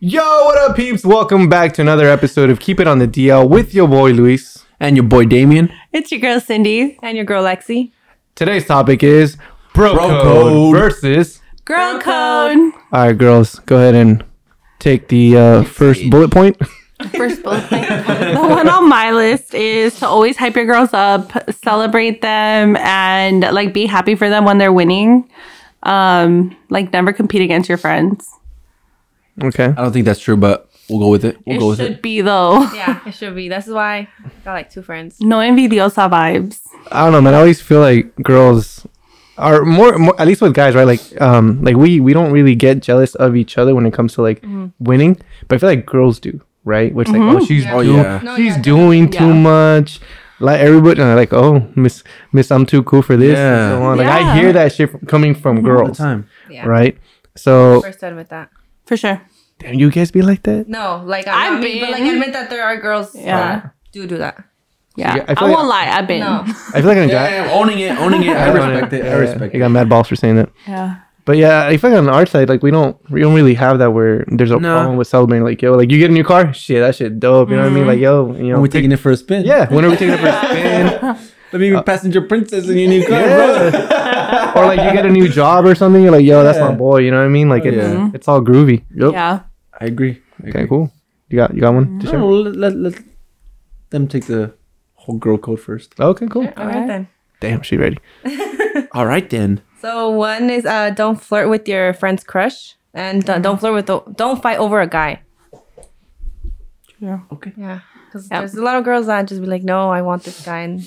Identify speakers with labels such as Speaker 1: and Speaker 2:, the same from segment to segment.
Speaker 1: Yo, what up, peeps? Welcome back to another episode of Keep It on the DL with your boy Luis.
Speaker 2: And your boy Damien.
Speaker 3: It's your girl Cindy and your girl Lexi.
Speaker 1: Today's topic is bro,
Speaker 2: Bro
Speaker 1: code,
Speaker 2: code.
Speaker 1: versus.
Speaker 3: Girl code.
Speaker 1: All right, girls, go ahead and take the uh, first bullet point.
Speaker 3: First bullet point. the one on my list is to always hype your girls up, celebrate them, and like be happy for them when they're winning. Um, like never compete against your friends.
Speaker 1: Okay.
Speaker 2: I don't think that's true, but we'll go with it. We'll go
Speaker 3: it
Speaker 2: with
Speaker 3: should
Speaker 2: it.
Speaker 3: be though.
Speaker 4: Yeah, it should be. This is why I got like two friends.
Speaker 3: No envidiosa vibes.
Speaker 1: I don't know, man. I always feel like girls are more, more at least with guys, right? Like, um, like we we don't really get jealous of each other when it comes to like winning, but I feel like girls do, right? Which like, oh, she's
Speaker 2: Oh,
Speaker 1: doing,
Speaker 2: yeah.
Speaker 4: No,
Speaker 1: she's
Speaker 4: yeah,
Speaker 1: doing too
Speaker 3: Yeah.
Speaker 1: much. Like everybody, and they're like, oh, miss, miss, I'm too cool for this. And
Speaker 2: Yeah.
Speaker 1: so on. Like I
Speaker 3: Yeah.
Speaker 1: hear that shit from, coming from
Speaker 2: All the
Speaker 1: girls,
Speaker 2: time.
Speaker 4: Yeah.
Speaker 1: right? So,
Speaker 4: First to admit that.
Speaker 3: For sure.
Speaker 1: damn, you guys be like that?
Speaker 4: No, like
Speaker 3: I've
Speaker 4: I mean, but like
Speaker 3: been-
Speaker 4: admit that there are girls
Speaker 3: Yeah.
Speaker 4: that do do that.
Speaker 3: Yeah.
Speaker 1: Yeah, I
Speaker 3: I,
Speaker 1: feel like-
Speaker 3: won't lie, I've been.
Speaker 4: No,
Speaker 1: I feel like I'm a guy.
Speaker 2: Damn, owning it, owning it. I respect it. I
Speaker 1: Yeah,
Speaker 2: respect
Speaker 1: You
Speaker 2: it.
Speaker 1: got mad balls for saying that.
Speaker 3: Yeah.
Speaker 1: But yeah, I feel like on our side, like we don't we don't really have that where there's a
Speaker 2: No.
Speaker 1: problem with celebrating. Like yo, like you get a new car, shit, that shit dope. You know what I mean? Like yo, you know,
Speaker 2: When we taking it for a spin.
Speaker 1: yeah, when are we taking it for a spin?
Speaker 2: Let me be passenger princess in your new car, bro.
Speaker 1: or like you get a new job or something. You're like yo, that's
Speaker 2: Yeah.
Speaker 1: my boy. You know what I mean? Like
Speaker 2: Oh,
Speaker 1: it's
Speaker 2: yeah.
Speaker 1: it's all groovy.
Speaker 3: Yeah.
Speaker 2: I agree. I
Speaker 1: Okay,
Speaker 2: agree.
Speaker 1: cool. You got you got one. to
Speaker 2: I
Speaker 1: share?
Speaker 2: don't know, let, let, let them take the whole girl code first.
Speaker 1: Okay, cool.
Speaker 4: all right then.
Speaker 1: Damn, she ready.
Speaker 2: All right, then.
Speaker 4: So one is uh, don't flirt with your friend's crush, and don't, don't flirt with the, don't fight over a guy.
Speaker 3: Yeah.
Speaker 2: Okay.
Speaker 4: Yeah, because
Speaker 3: Yep.
Speaker 4: there's a lot of girls that just be like, no, I want this guy, and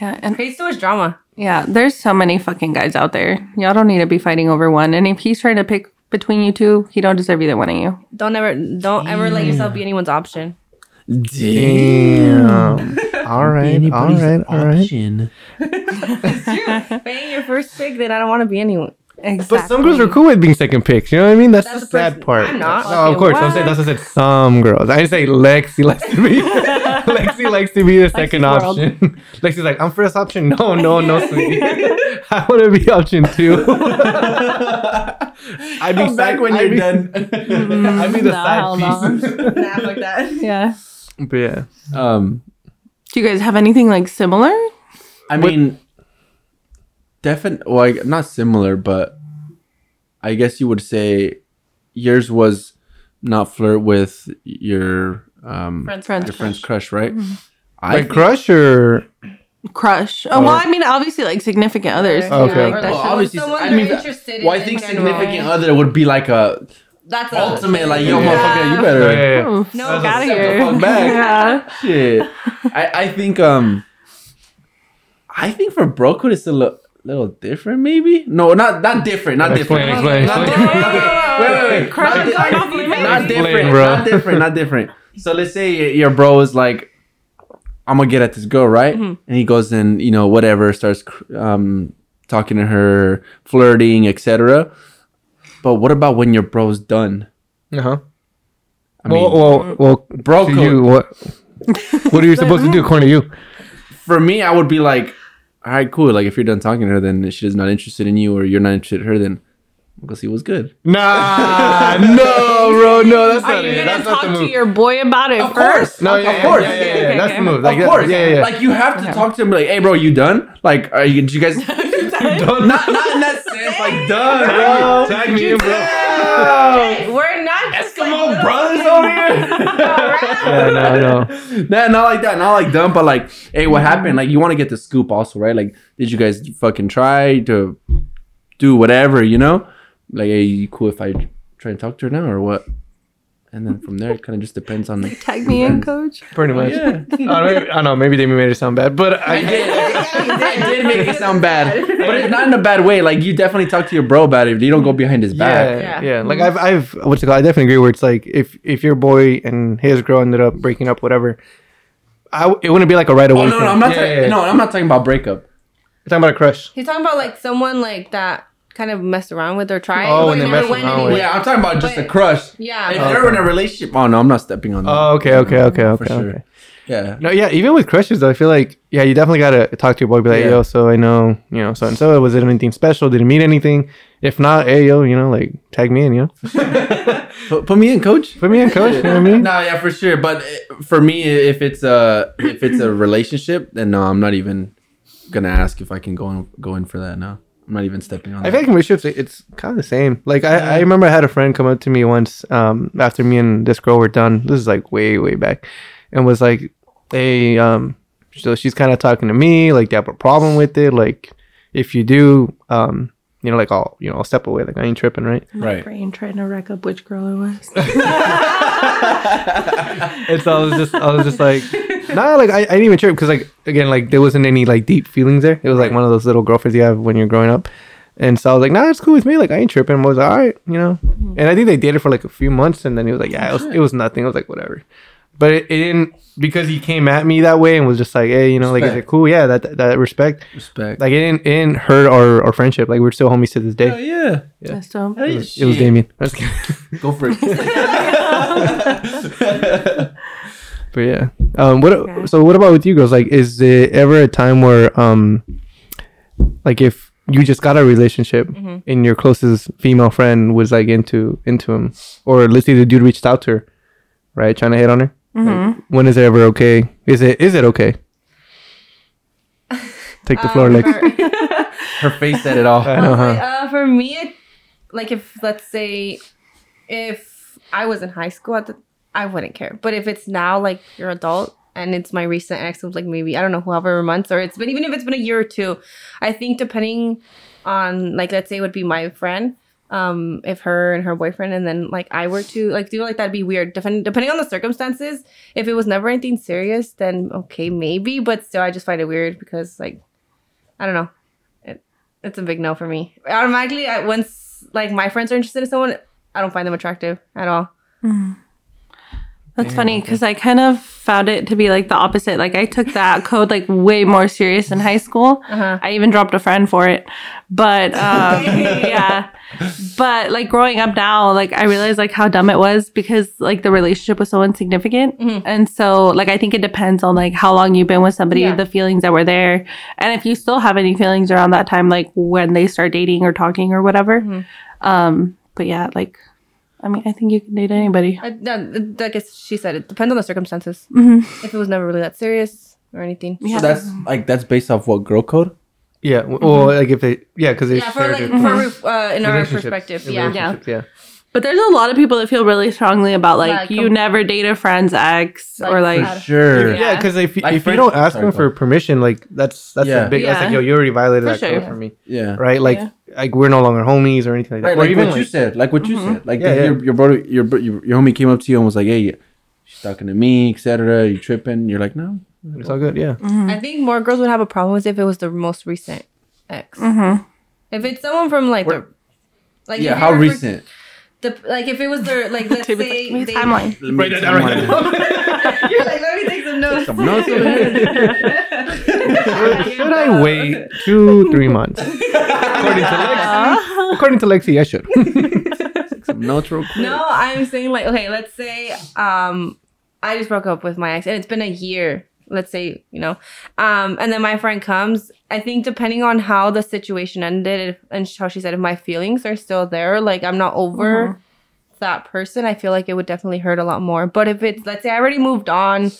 Speaker 3: Yeah. And
Speaker 4: creates too much drama.
Speaker 3: yeah, there's so many fucking guys out there. Y'all don't need to be fighting over one. And if he's trying to pick between you two, he don't deserve either one of you.
Speaker 4: Don't ever, don't ever let yourself be anyone's option.
Speaker 1: Damn. all right, all right, all right.
Speaker 4: If I ain't your first pick, then I don't want to be anyone.
Speaker 3: Exactly.
Speaker 1: But some girls are cool with being second picks. You know what I mean? That's,
Speaker 4: That's
Speaker 1: the
Speaker 4: the
Speaker 1: sad
Speaker 4: person-
Speaker 1: part.
Speaker 4: I'm not.
Speaker 1: No, of
Speaker 4: Okay,
Speaker 1: course. I'm saying
Speaker 4: what?
Speaker 1: that's what I said. Some girls. I didn't say Lexi likes to be. Lexi likes to be the second
Speaker 3: world.
Speaker 1: option. Lexi's like, I'm first option. No, no, no, sweetie. I want to be option two. I'd be
Speaker 2: Come back
Speaker 1: side-
Speaker 2: when
Speaker 1: I'd
Speaker 2: you're
Speaker 1: be-
Speaker 2: done.
Speaker 1: I'd be the
Speaker 3: Mm, Nah,
Speaker 1: side
Speaker 3: hell
Speaker 1: piece.
Speaker 4: nah, fuck that.
Speaker 3: Yeah.
Speaker 1: But yeah,
Speaker 2: Um,
Speaker 3: Do you guys have anything like similar?
Speaker 2: I
Speaker 1: What-
Speaker 2: mean, definite like not similar, but I guess you would say yours was not flirt with your um
Speaker 4: Friends,
Speaker 3: Friends.
Speaker 2: your friend's crush, right? I
Speaker 1: like
Speaker 2: think-
Speaker 1: crush or
Speaker 3: Crush. Oh, well, I mean, obviously, like significant others.
Speaker 4: Okay.
Speaker 3: you know,
Speaker 1: Okay.
Speaker 3: like,
Speaker 4: Or,
Speaker 3: that
Speaker 2: well,
Speaker 4: like,
Speaker 3: should-
Speaker 2: obviously,
Speaker 4: someone
Speaker 2: I
Speaker 4: they're
Speaker 2: mean,
Speaker 4: interested
Speaker 2: well, I
Speaker 4: in
Speaker 2: think
Speaker 4: in general.
Speaker 2: significant other would be like a
Speaker 4: That's a-
Speaker 2: ultimate, like yo,
Speaker 1: Yeah.
Speaker 2: motherfucker, you better
Speaker 1: Yeah.
Speaker 4: No,
Speaker 3: Fuck
Speaker 4: that's
Speaker 3: outta
Speaker 4: a-
Speaker 2: step the
Speaker 3: here.
Speaker 2: fuck back.
Speaker 3: yeah.
Speaker 2: shit. I, I think um I think for bro code it's a little, little different maybe. No, not not different, not
Speaker 1: Explain,
Speaker 2: different.
Speaker 1: explain,
Speaker 2: Not
Speaker 1: explain.
Speaker 2: different, not different. Wait, wait, wait.
Speaker 3: Crush
Speaker 2: Not
Speaker 3: is
Speaker 2: di-
Speaker 3: going off limits.
Speaker 2: Not
Speaker 1: Explain,
Speaker 2: different,
Speaker 1: bro.
Speaker 2: not different, not different. So let's say y- your bro is like I'm gonna get at this girl, right? And he goes and you know whatever starts cr- um talking to her, flirting, etc. But what about when your bro's done?
Speaker 1: Uh huh.
Speaker 2: Uh-huh. I mean,
Speaker 1: well, well, well,
Speaker 2: Bro
Speaker 1: to
Speaker 2: code.
Speaker 1: you, what? What are you supposed to do according to you?
Speaker 2: for me, I would be like, all right, cool. Like, if you're done talking to her, then she's not interested in you, or you're not interested in her, then we'll go see what's good.
Speaker 1: Nah, no, bro, no, that's
Speaker 3: Are
Speaker 1: not
Speaker 3: you
Speaker 1: it.
Speaker 3: gonna
Speaker 1: That's not
Speaker 3: talk
Speaker 1: the
Speaker 3: to
Speaker 1: move.
Speaker 3: your boy about it first?
Speaker 1: No, yeah,
Speaker 2: of
Speaker 1: yeah,
Speaker 2: course,
Speaker 1: yeah, yeah, yeah,
Speaker 3: Okay,
Speaker 1: that's the
Speaker 3: okay.
Speaker 1: move. Like,
Speaker 2: of course.
Speaker 1: yeah, yeah, yeah.
Speaker 2: Like, you have to talk to him. Like, hey, bro, you done? Like, are you? Did you guys? not, not in that sense. Like, done, bro.
Speaker 1: Tag me in, bro.
Speaker 4: Hey, we're not just like
Speaker 2: Eskimo
Speaker 4: little-
Speaker 2: brothers over
Speaker 1: Yeah, no, no.
Speaker 2: here. nah, not like that. Not like done, but like, hey, what happened? Like, you want to get the scoop also, right? Like, did you guys fucking try to do whatever? You know, like, hey, you cool if I try and talk to her now or what? And then from there, it kind of just depends on.
Speaker 3: Tag me in, coach.
Speaker 1: Pretty much.
Speaker 2: Yeah.
Speaker 1: I, don't, I don't know. Maybe they made it sound bad, but I get it.
Speaker 2: I did make it sound bad, but it's not in a bad way. Like you definitely talk to your bro about it. You don't go behind his
Speaker 1: Yeah,
Speaker 2: back.
Speaker 1: yeah,
Speaker 4: Yeah.
Speaker 1: Like I've, I've, what's it called? I definitely agree. Where it's like, if if your boy and his girl ended up breaking up, whatever, I w- it wouldn't be like a right away.
Speaker 2: Oh no,
Speaker 1: thing.
Speaker 2: no, I'm not.
Speaker 1: Yeah,
Speaker 2: talking,
Speaker 1: yeah, yeah.
Speaker 2: No, I'm not talking about breakup.
Speaker 1: We're talking about a crush.
Speaker 4: He's talking about like someone like that kind of messed around with or tried.
Speaker 1: Oh,
Speaker 4: but
Speaker 1: when they
Speaker 4: never
Speaker 1: messed
Speaker 4: went
Speaker 1: around with-
Speaker 4: anywhere.
Speaker 2: Yeah, I'm talking about just a
Speaker 4: But-
Speaker 2: crush.
Speaker 4: Yeah.
Speaker 2: If
Speaker 4: but-
Speaker 2: they're in a relationship, oh no, I'm not stepping on that.
Speaker 1: Oh, okay, okay, okay,
Speaker 2: for
Speaker 1: okay,
Speaker 2: sure.
Speaker 1: okay.
Speaker 2: Yeah.
Speaker 1: No, yeah, even with crushes though, I feel like yeah, you definitely gotta talk to your boy, be like,
Speaker 2: Yeah.
Speaker 1: yo, so I know, you know, so and so, was it anything special? Did it mean anything? If not, hey yo, you know, like tag me in, you know.
Speaker 2: Put, put me in, coach.
Speaker 1: Put me in, coach. You know what I mean?
Speaker 2: No, yeah, for sure. But uh, for me, if it's a if it's a relationship, then no, I'm not even gonna ask if I can go in, go in for that. No, I'm not even stepping on.
Speaker 1: I
Speaker 2: that.
Speaker 1: feel like in relationships, it's kind of the same. Like I, I remember I had a friend come up to me once um, after me and this girl were done. This is like way, way back, and was like, "Hey, um, so she's kind of talking to me. Like, you have a problem with it. Like, if you do, um, you know, like I'll, you know, I'll step away. Like, I ain't tripping, right?
Speaker 2: right.
Speaker 3: Brain trying to rack up which girl it was.
Speaker 1: And so I was just, I was just like, nah, like I, I didn't even trip because like again, like there wasn't any like deep feelings there. It was like one of those little girlfriends you have when you're growing up. And so I was like, nah, it's cool with me. Like I ain't tripping. I was like, all right, you know.
Speaker 2: Mm-hmm.
Speaker 1: And I think they dated for like a few months, and then he was like, yeah, it was, it was nothing. I was like, whatever. But it, it didn't because he came at me that way and was just like, hey, you know, like is it
Speaker 2: Respect.
Speaker 1: cool? Yeah, that that respect.
Speaker 2: Respect.
Speaker 1: Like it didn't, it didn't hurt our, our friendship. Like we're still homies to this day.
Speaker 2: Oh, yeah.
Speaker 1: Yeah.
Speaker 3: So,
Speaker 2: Hey,
Speaker 1: It was
Speaker 2: shit.
Speaker 1: Damien. I was kidding.
Speaker 2: Go for it.
Speaker 1: But yeah. Um what
Speaker 3: Okay.
Speaker 1: so what about with you girls? Like is there ever a time where um like if you just got a relationship
Speaker 4: Mm-hmm.
Speaker 1: and your closest female friend was like into into him or let's say the dude reached out to her, right? Trying to hit on her.
Speaker 4: Mm-hmm.
Speaker 1: Like, when is it ever okay? Is it is it okay? Take the floor, Uh-huh. Nick.
Speaker 4: Um, For,
Speaker 2: Her face said it all.
Speaker 1: I know, huh?
Speaker 4: uh, for me, it, like if let's say, if I was in high school, at the, I wouldn't care. But if it's now, like you're adult, and it's my recent ex of like maybe I don't know, however months, or it's been even if it's been a year or two, I think depending on like let's say it would be my friend. Um, if her and her boyfriend, and then like I were to like do like that'd be weird. Depending depending on the circumstances, if it was never anything serious, then okay, maybe. But still, I just find it weird because like I don't know. It, it's a big no for me. Automatically, I, once like my friends are interested in someone, I don't find them attractive at all.
Speaker 3: That's funny because I kind of found it to be like the opposite. Like I took that code like way more serious in high school. I even dropped a friend for it, but um, yeah. But like growing up now, like I realized like how dumb it was because like the relationship was so insignificant, and so like I think it depends on like how long you've been with somebody,
Speaker 4: Yeah.
Speaker 3: the feelings that were there, and if you still have any feelings around that time, like when they start dating or talking or whatever. Um, but yeah, like I mean, I think you can date anybody.
Speaker 4: I, no, th- like I s- she said, it depends on the circumstances. If it was never really that serious or anything.
Speaker 3: Mm-hmm. Yeah.
Speaker 2: So that's like that's based off what girl code.
Speaker 1: Yeah. w- Well, like if they yeah, because they
Speaker 4: Yeah, for
Speaker 1: shared
Speaker 4: like
Speaker 1: it. Mm-hmm.
Speaker 4: for, uh, in our
Speaker 1: Relationships.
Speaker 4: perspective,
Speaker 1: In
Speaker 4: yeah.
Speaker 1: relationships, yeah.
Speaker 3: But there's a lot of people that feel really strongly about like,
Speaker 4: Like,
Speaker 3: you
Speaker 4: um,
Speaker 3: never date a friend's ex
Speaker 4: Like,
Speaker 3: or
Speaker 4: for
Speaker 3: like
Speaker 4: sure.
Speaker 2: Sure.
Speaker 3: Yeah.
Speaker 1: Yeah, because if,
Speaker 2: Like
Speaker 1: if you
Speaker 2: friends-
Speaker 1: don't ask
Speaker 2: sorry,
Speaker 1: them
Speaker 2: go
Speaker 1: for permission, like that's that's
Speaker 2: Yeah.
Speaker 1: a big that's like
Speaker 3: Yeah.
Speaker 1: yo, you already violated
Speaker 3: For
Speaker 1: that
Speaker 3: sure.
Speaker 1: code for me,
Speaker 2: Yeah.
Speaker 1: right? Like
Speaker 3: Yeah.
Speaker 1: like we're no longer homies or anything like that.
Speaker 2: Right,
Speaker 1: or
Speaker 2: like Mm-hmm.
Speaker 1: even
Speaker 2: what you
Speaker 1: like,
Speaker 2: said, like what you said, like
Speaker 1: Yeah,
Speaker 2: if
Speaker 1: yeah.
Speaker 2: Your, your brother, your, bro- your your homie came up to you and was like, "Hey, she's talking to me, etc." You tripping? You're like, "No,
Speaker 1: it's all good. Yeah,
Speaker 4: I think more girls would have a problem with if it was the most recent ex.
Speaker 3: Mm-hmm.
Speaker 4: If it's someone from like the, like
Speaker 2: yeah."
Speaker 4: if
Speaker 2: How
Speaker 4: you're-
Speaker 2: recent?
Speaker 4: The, like if it was their like let's
Speaker 3: to
Speaker 4: say
Speaker 3: be like, "Give me
Speaker 4: they-
Speaker 3: a timeline.
Speaker 2: Right, right, right.
Speaker 4: you're like let me take some notes.
Speaker 1: should I wait two three months? according to Lexi, according to Lexi, I should.
Speaker 2: Notes real quick.
Speaker 4: No, I'm saying like okay, let's say um I just broke up with my ex and it's been a year. Let's say, you know. Um and then my friend comes. I think depending on how the situation ended if, and how she said if my feelings are still there, like I'm not over that person, I feel like it would definitely hurt a lot more. But if it's let's say I already moved on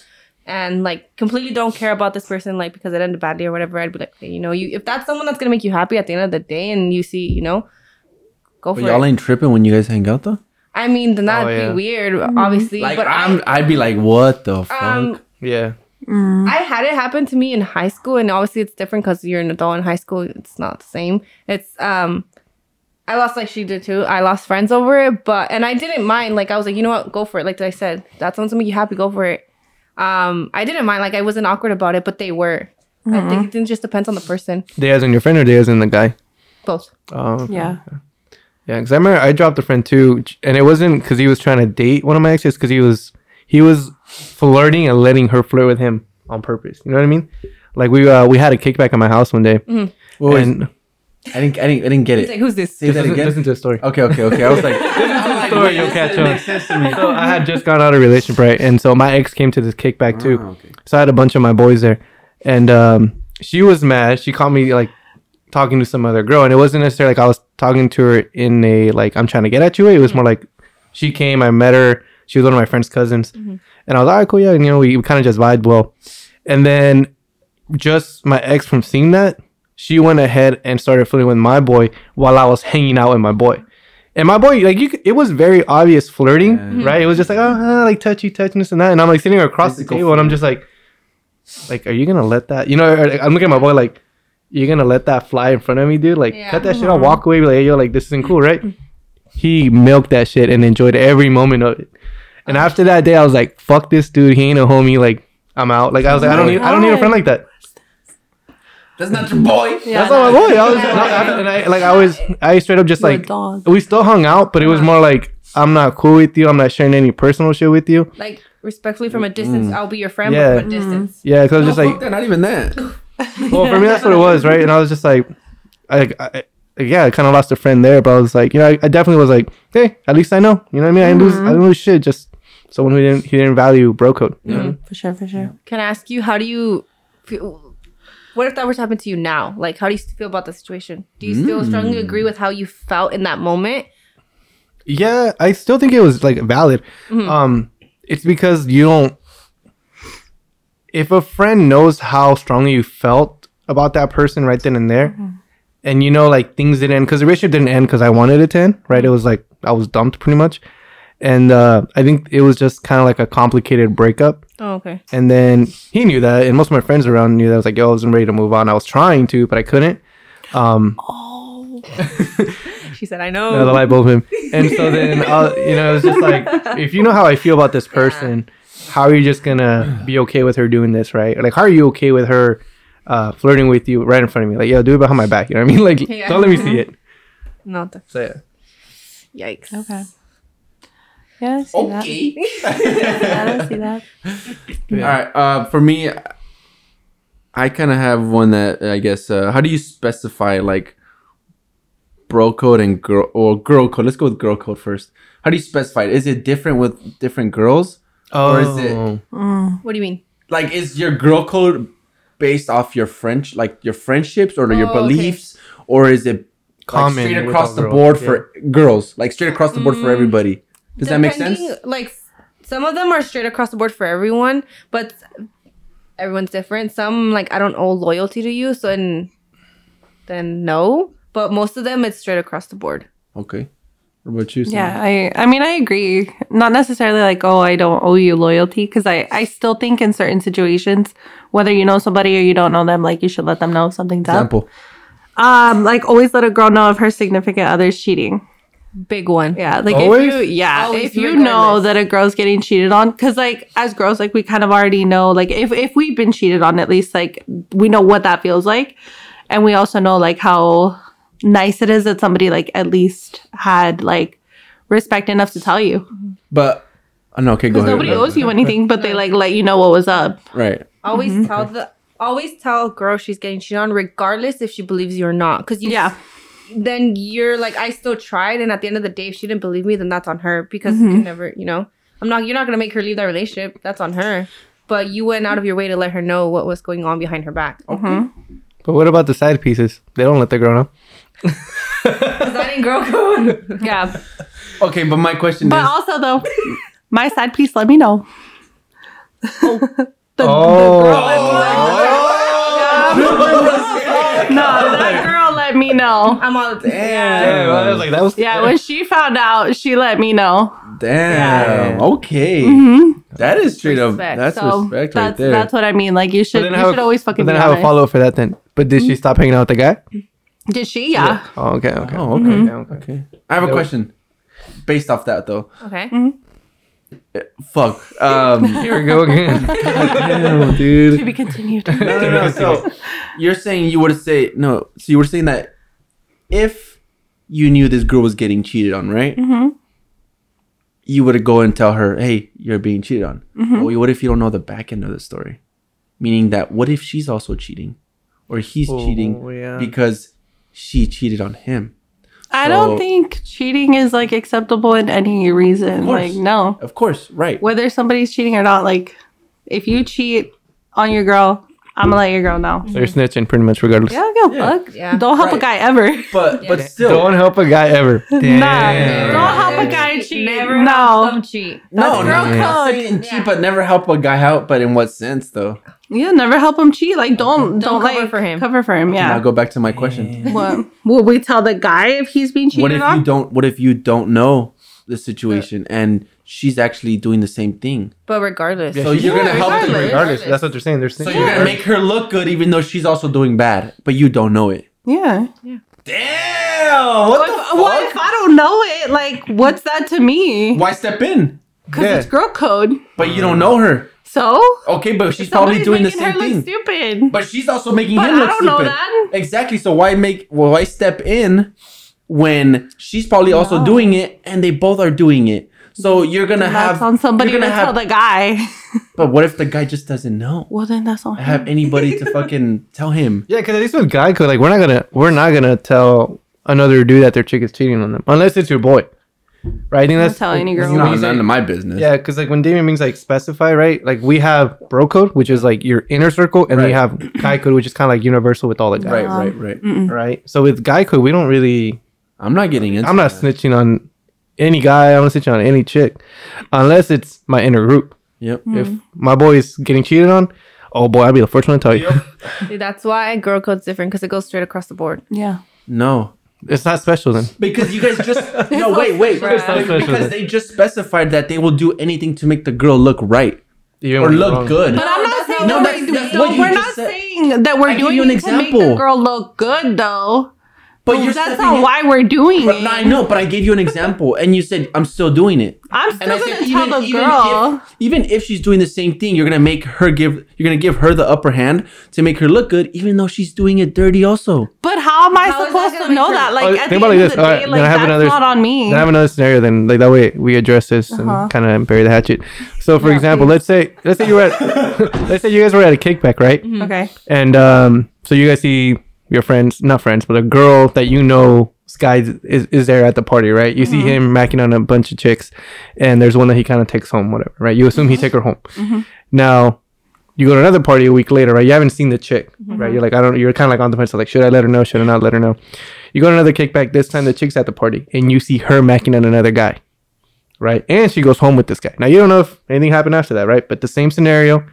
Speaker 4: and like completely don't care about this person like because it ended badly or whatever, I'd be like, okay, you know, you if that's someone that's gonna make you happy at the end of the day and you see, you know, go
Speaker 2: But
Speaker 4: for it.
Speaker 2: y'all ain't tripping when you guys hang out though.
Speaker 4: I mean, then that'd
Speaker 1: Oh, yeah.
Speaker 4: be weird, obviously.
Speaker 2: Like
Speaker 4: but
Speaker 2: I'm, I, would be like, "What the fuck?"
Speaker 4: I, um,
Speaker 1: Yeah,
Speaker 4: I had it happen to me in high school, and obviously it's different because you're an adult in high school. It's not the same. It's um, I lost like she did too. I lost friends over it, but and I didn't mind. Like I was like, you know what, go for it. Like I said, that sounds to make you happy. Go for it. Um, I didn't mind. Like I wasn't awkward about it, but they were. I think it just depends on the person.
Speaker 1: they as in your friend or they as in the guy.
Speaker 4: Both.
Speaker 1: Um,
Speaker 3: Yeah.
Speaker 1: Yeah, because I remember I dropped a friend too, j- and it wasn't because he was trying to date one of my exes, because he was he was flirting and letting her flirt with him on purpose. You know what I mean? Like we uh, we had a kickback at my house one day,
Speaker 3: Mm-hmm.
Speaker 2: What was-
Speaker 1: and
Speaker 2: I didn't, I didn't, I didn't get
Speaker 4: He's like,
Speaker 2: it.
Speaker 4: who's this?
Speaker 2: Say that
Speaker 1: listen,
Speaker 2: again.
Speaker 1: listen to the story.
Speaker 2: Okay, okay, okay. I was like,
Speaker 1: story, you'll catch on.
Speaker 2: on.
Speaker 1: So I had just gone out of relationship, right? And so my ex came to this kickback too.
Speaker 2: Ah, okay.
Speaker 1: So I had a bunch of my boys there, and um, she was mad. She called me like talking to some other girl, and it wasn't necessarily like I was talking to her in a like I'm trying to get at you way. It was more like she came. I met her. She was one of my friend's cousins, and I was like, "All right, cool, yeah." And, you know, we, we kind of just vibed well. And then, just my ex from seeing that, she went ahead and started flirting with my boy while I was hanging out with my boy. And my boy, like you, c- it was very obvious flirting, right? It was just like, oh, uh, like touchy, touching this and that. And I'm like sitting across
Speaker 2: Physical
Speaker 1: the table, and I'm just like, like, are you gonna let that? You know, or, like, I'm looking at my boy like, you're gonna let that fly in front of me, dude? Like,
Speaker 4: Yeah.
Speaker 1: cut that shit out, walk away, be like, hey, yo, like this isn't cool, right? He milked that shit and enjoyed every moment of it. And after that day, I was like, fuck this dude, he ain't a homie. Like, I'm out. Like, I was like, I don't need, I don't need a friend like that.
Speaker 2: That's not your boy.
Speaker 3: Yeah,
Speaker 1: That's not my boy. I was,
Speaker 4: Yeah.
Speaker 1: not- I- and I like, I was, I straight up just
Speaker 3: You're a
Speaker 1: like,
Speaker 3: dog.
Speaker 1: we still hung out, but it was more like, I'm not cool with you. I'm not sharing any personal shit with you.
Speaker 4: Like respectfully from a distance, I'll be your friend,
Speaker 1: Mm. Yeah.
Speaker 4: but from a distance.
Speaker 1: Yeah, because I was
Speaker 2: No,
Speaker 1: just
Speaker 2: Oh, fuck
Speaker 1: like,
Speaker 2: that, not even that.
Speaker 1: well, for me, that's what it was, right? And I was just like, I, I I- yeah, I kind of lost a friend there, but I was like, you know, I, I definitely was like, hey, at least I know, you know what I mean? I didn't lose, I didn't lose shit. Just someone who didn't, who didn't value bro code.
Speaker 3: for sure, for sure.
Speaker 4: Can I ask you, how do you feel? What if that were to happen to you now? Like, how do you feel about the situation? Do you still
Speaker 2: Mm.
Speaker 4: strongly agree with how you felt in that moment?
Speaker 1: Yeah, I still think it was like valid. Um, it's because you don't. If a friend knows how strongly you felt about that person right then and there, and you know like things didn't end because the relationship didn't end because I wanted it to end, right? It was like I was dumped pretty much, and uh, I think it was just kind of like a complicated breakup.
Speaker 4: Oh, okay.
Speaker 1: And then he knew that, and most of my friends around knew that. I was like, yo, I wasn't ready to move on. I was trying to, but I couldn't. Um,
Speaker 4: She said, "I
Speaker 1: Yeah, the
Speaker 4: know."
Speaker 1: light bulb him. And so then, I'll, you know, it's just like, if you know how I feel about this person, how are you just gonna be okay with her doing this, right? Like, how are you okay with her uh, flirting with you right in front of me? Like, yo, do it behind my back. You know what I mean? Like,
Speaker 4: Yeah.
Speaker 1: don't let me see it.
Speaker 4: Not the
Speaker 1: So yeah.
Speaker 4: yikes.
Speaker 3: Okay. Yeah, I see
Speaker 2: Okay.
Speaker 3: that. Yeah, I don't see that.
Speaker 2: All right. Uh, for me, I kind of have one that I guess. Uh, how do you specify like bro code and girl or girl code? Let's go with girl code first. How do you specify it? Is it different with different girls?
Speaker 1: Oh.
Speaker 2: Or is it-
Speaker 4: What do you mean?
Speaker 2: Like, is your girl code based off your French, like your friendships or your
Speaker 4: Oh, okay.
Speaker 2: beliefs, or is it like,
Speaker 1: Common
Speaker 2: straight
Speaker 1: with
Speaker 2: across
Speaker 1: all
Speaker 2: the
Speaker 1: girls,
Speaker 2: board
Speaker 1: yeah.
Speaker 2: for girls? Like straight across the board for everybody. Does that make sense?
Speaker 4: Mm, Depending- Like some of them are straight across the board for everyone, but everyone's different. Some like I don't owe loyalty to you, so then then no. But most of them, it's straight across the board.
Speaker 2: Okay. What about you? Sam?
Speaker 3: Yeah, I I mean I agree. Not necessarily like oh I don't owe you loyalty because I I still think in certain situations whether you know somebody or you don't know them like you should let them know if something's
Speaker 2: Example.
Speaker 3: up. Um, like always let a girl know if her significant other's cheating.
Speaker 4: Big one.
Speaker 3: Yeah, like
Speaker 1: Always?
Speaker 3: if you yeah
Speaker 4: Always,
Speaker 3: if you know
Speaker 4: regardless.
Speaker 3: that a girl's getting cheated on because like as girls like we kind of already know like if if we've been cheated on at least like we know what that feels like, and we also know like how nice it is that somebody like at least had like respect enough to tell you
Speaker 2: But oh, no, okay, go ahead.
Speaker 3: Nobody owes you anything, but they like let you know what was up.
Speaker 2: Right.
Speaker 4: Always
Speaker 3: Mm-hmm.
Speaker 4: tell the always tell a girl she's getting cheated on, regardless if she believes you or not. Because you
Speaker 3: Yeah.
Speaker 4: then you're like, I still tried, and at the end of the day, if she didn't believe me, then that's on her because
Speaker 3: Mm-hmm.
Speaker 4: you can never, you know, I'm not, you're not gonna make her leave that relationship. That's on her. But you went out of your way to let her know what was going on behind her back.
Speaker 3: Uh-huh.
Speaker 1: But what about the side pieces? They don't let the girl know.
Speaker 4: Because that ain't girl code.
Speaker 3: Yeah.
Speaker 2: Okay, but my question
Speaker 3: But
Speaker 2: is
Speaker 3: also though, my side piece, let me know.
Speaker 2: Oh.
Speaker 1: Oh.
Speaker 3: No, that girl let me know.
Speaker 4: I'm all
Speaker 1: Yeah, well, I was like, that was
Speaker 3: Yeah, when she found out, she let me know.
Speaker 2: Damn. Okay. That is straight up.
Speaker 4: Respect.
Speaker 2: That's
Speaker 3: Mm-hmm. So
Speaker 2: respect right
Speaker 3: that's
Speaker 2: there.
Speaker 3: that's what I mean. Like you
Speaker 1: But
Speaker 3: should
Speaker 1: then
Speaker 3: you
Speaker 1: I have
Speaker 3: should
Speaker 1: a-
Speaker 3: always
Speaker 1: but
Speaker 3: fucking
Speaker 1: then
Speaker 3: be
Speaker 1: I have a
Speaker 3: honest. Mm-hmm.
Speaker 1: follow up for that then. But did she stop hanging out with the guy?
Speaker 3: Did she? Yeah.
Speaker 1: Oh, okay, okay.
Speaker 2: oh, okay.
Speaker 3: Mm-hmm.
Speaker 1: okay, okay.
Speaker 2: Okay. I have a question based off that though.
Speaker 4: okay.
Speaker 3: Mm-hmm.
Speaker 2: Fuck. Um,
Speaker 1: Here we go again. Damn, dude.
Speaker 3: To be continued.
Speaker 2: no, no, no. So you're saying you would say no. So you were saying that if you knew this girl was getting cheated on, right?
Speaker 3: Mm-hmm.
Speaker 2: You would go and tell her, "Hey, you're being cheated on."
Speaker 3: Mm-hmm.
Speaker 2: Well, what if you don't know the back end of the story? Meaning that what if she's also cheating, or he's
Speaker 1: Oh,
Speaker 2: cheating
Speaker 1: yeah.
Speaker 2: because she cheated on him?
Speaker 3: I
Speaker 2: So-
Speaker 3: don't think cheating is like acceptable in any reason.
Speaker 2: course.
Speaker 3: Like no.
Speaker 2: Of course, right?
Speaker 3: Whether somebody's cheating or not, like if you cheat on your girl, I'm gonna let your girl know.
Speaker 1: They're snitching pretty much regardless.
Speaker 3: Yeah, I don't give a
Speaker 2: Yeah.
Speaker 3: fuck.
Speaker 4: Yeah.
Speaker 3: Don't help a
Speaker 2: Right.
Speaker 3: guy ever.
Speaker 2: But but still,
Speaker 1: Don't help a guy ever.
Speaker 3: Nah. Don't help help a guy cheat.
Speaker 4: Never help
Speaker 3: no,
Speaker 4: them cheat.
Speaker 2: No,
Speaker 3: girl
Speaker 2: no, not
Speaker 3: code.
Speaker 2: saying cheat,
Speaker 4: Yeah.
Speaker 2: but never help a guy out. But in what sense, though?
Speaker 3: yeah, never help him cheat. Like don't don't,
Speaker 4: cover
Speaker 3: like
Speaker 4: for him.
Speaker 3: Cover for him.
Speaker 2: Now
Speaker 3: Yeah.
Speaker 2: go back to my question.
Speaker 3: What will we tell the guy if he's being cheated
Speaker 2: What if
Speaker 3: on?
Speaker 2: you don't? What if you don't know the situation
Speaker 3: Uh,
Speaker 2: and she's actually doing the same thing?
Speaker 4: But regardless,
Speaker 2: So you're gonna help them
Speaker 1: regardless.
Speaker 2: regardless.
Speaker 1: That's what they're saying. They're
Speaker 2: So
Speaker 1: saying.
Speaker 2: you're gonna make her look good, even though she's also doing bad, but you don't know it.
Speaker 3: yeah.
Speaker 2: Damn! What,
Speaker 3: What
Speaker 2: the
Speaker 3: if,
Speaker 2: fuck?
Speaker 3: what if I don't know it? Like, what's that to me?
Speaker 2: Why step in?
Speaker 3: Because
Speaker 1: Yeah.
Speaker 3: it's girl code.
Speaker 2: But you don't know her.
Speaker 3: So
Speaker 2: Okay, but she's probably
Speaker 3: Somebody's
Speaker 2: doing the
Speaker 3: making her
Speaker 2: same thing.
Speaker 3: Look stupid.
Speaker 2: But she's also making
Speaker 3: But
Speaker 2: him
Speaker 3: I
Speaker 2: look
Speaker 3: don't know
Speaker 2: stupid.
Speaker 3: that.
Speaker 2: Exactly. So why make? Well, why step in when she's probably also
Speaker 3: No.
Speaker 2: doing it, and they both are doing it? So you're gonna
Speaker 3: that's
Speaker 2: have
Speaker 3: on somebody
Speaker 2: You're
Speaker 3: to
Speaker 2: gonna have,
Speaker 3: tell the guy.
Speaker 2: but what if the guy just doesn't know?
Speaker 3: well, then that's on
Speaker 2: I
Speaker 3: him.
Speaker 2: have anybody to fucking tell him.
Speaker 1: Yeah, because at least with guy code, like we're not gonna we're not gonna tell another dude that their chick is cheating on them unless it's your boy, right? I think that's
Speaker 3: tell any
Speaker 1: like,
Speaker 3: girl.
Speaker 1: you know,
Speaker 3: No,
Speaker 1: you say-
Speaker 2: my business.
Speaker 1: Yeah, because like when Damien means like specify, right? Like we have bro code, which is like your inner circle, and we
Speaker 2: Right.
Speaker 1: have guy code, which is kind of like universal with all the guys,
Speaker 2: Right, right, right.
Speaker 3: Uh-huh.
Speaker 1: right? So with guy code, we don't really.
Speaker 2: I'm not getting into.
Speaker 1: I'm not
Speaker 2: that.
Speaker 1: snitching on any guy. I'm not snitching on any chick, unless it's my inner group.
Speaker 2: Yep.
Speaker 1: If my boy is getting cheated on, oh boy, I'll be the first one to tell you.
Speaker 4: See, that's why girl code's different because it goes straight across the board.
Speaker 3: Yeah.
Speaker 2: No.
Speaker 1: it's not special then.
Speaker 2: Because you guys just no wait wait
Speaker 4: There's no
Speaker 1: such
Speaker 2: because
Speaker 1: thing.
Speaker 2: they just specified that they will do anything to make the girl look right
Speaker 1: Even
Speaker 2: or
Speaker 1: when you're
Speaker 2: look
Speaker 1: wrong.
Speaker 2: good.
Speaker 3: But I'm not
Speaker 4: that's
Speaker 3: saying
Speaker 4: not
Speaker 3: that we're, doing-
Speaker 4: what I-
Speaker 2: that's what you
Speaker 3: we're
Speaker 2: just
Speaker 3: not
Speaker 2: said.
Speaker 3: saying that we're
Speaker 2: I give
Speaker 3: doing
Speaker 2: you an
Speaker 3: it to make
Speaker 2: example.
Speaker 3: the girl look good, though.
Speaker 2: But you're
Speaker 3: Oh, that's
Speaker 2: stepping
Speaker 3: not
Speaker 2: in-
Speaker 3: why we're doing
Speaker 2: But
Speaker 3: it.
Speaker 2: no, I know, but I gave you an example, and you said I'm still doing it.
Speaker 3: I'm still
Speaker 2: And I
Speaker 3: gonna
Speaker 2: said
Speaker 3: tell the girl.
Speaker 2: if, even if she's doing the same thing, you're gonna make her give you're gonna give her the upper hand to make her look good, even though she's doing it dirty also.
Speaker 3: but how am I
Speaker 4: How is that
Speaker 3: supposed
Speaker 4: gonna
Speaker 3: to
Speaker 4: make
Speaker 3: know
Speaker 4: her-
Speaker 3: that? Like,
Speaker 1: Oh,
Speaker 3: at
Speaker 1: think
Speaker 3: the
Speaker 1: about
Speaker 3: end
Speaker 1: it
Speaker 3: of
Speaker 1: this.
Speaker 3: the
Speaker 1: All right,
Speaker 3: day,
Speaker 1: then
Speaker 3: like
Speaker 1: I have
Speaker 3: that's
Speaker 1: another-
Speaker 3: not on me. Uh-huh.
Speaker 1: Then I have another scenario. Then like that way we address this and kind of bury the hatchet. So for example, let's say let's say you were at, let's say you guys were at a kickback, right?
Speaker 3: okay.
Speaker 1: And um, so you guys see your friends, not friends, but a girl that you know Sky is, is there at the party, right? You see him macking on a bunch of chicks, and there's one that he kind of takes home, whatever, right? You assume he take her home. Now, you go to another party a week later, right? You haven't seen the chick, right? You're like, I don't. You're kind of like on the fence, like, should I let her know? Should I not let her know? You go to another kickback. This time, the chick's at the party, and you see her macking on another guy, right? And she goes home with this guy. Now, you don't know if anything happened after that, right? But the same scenario.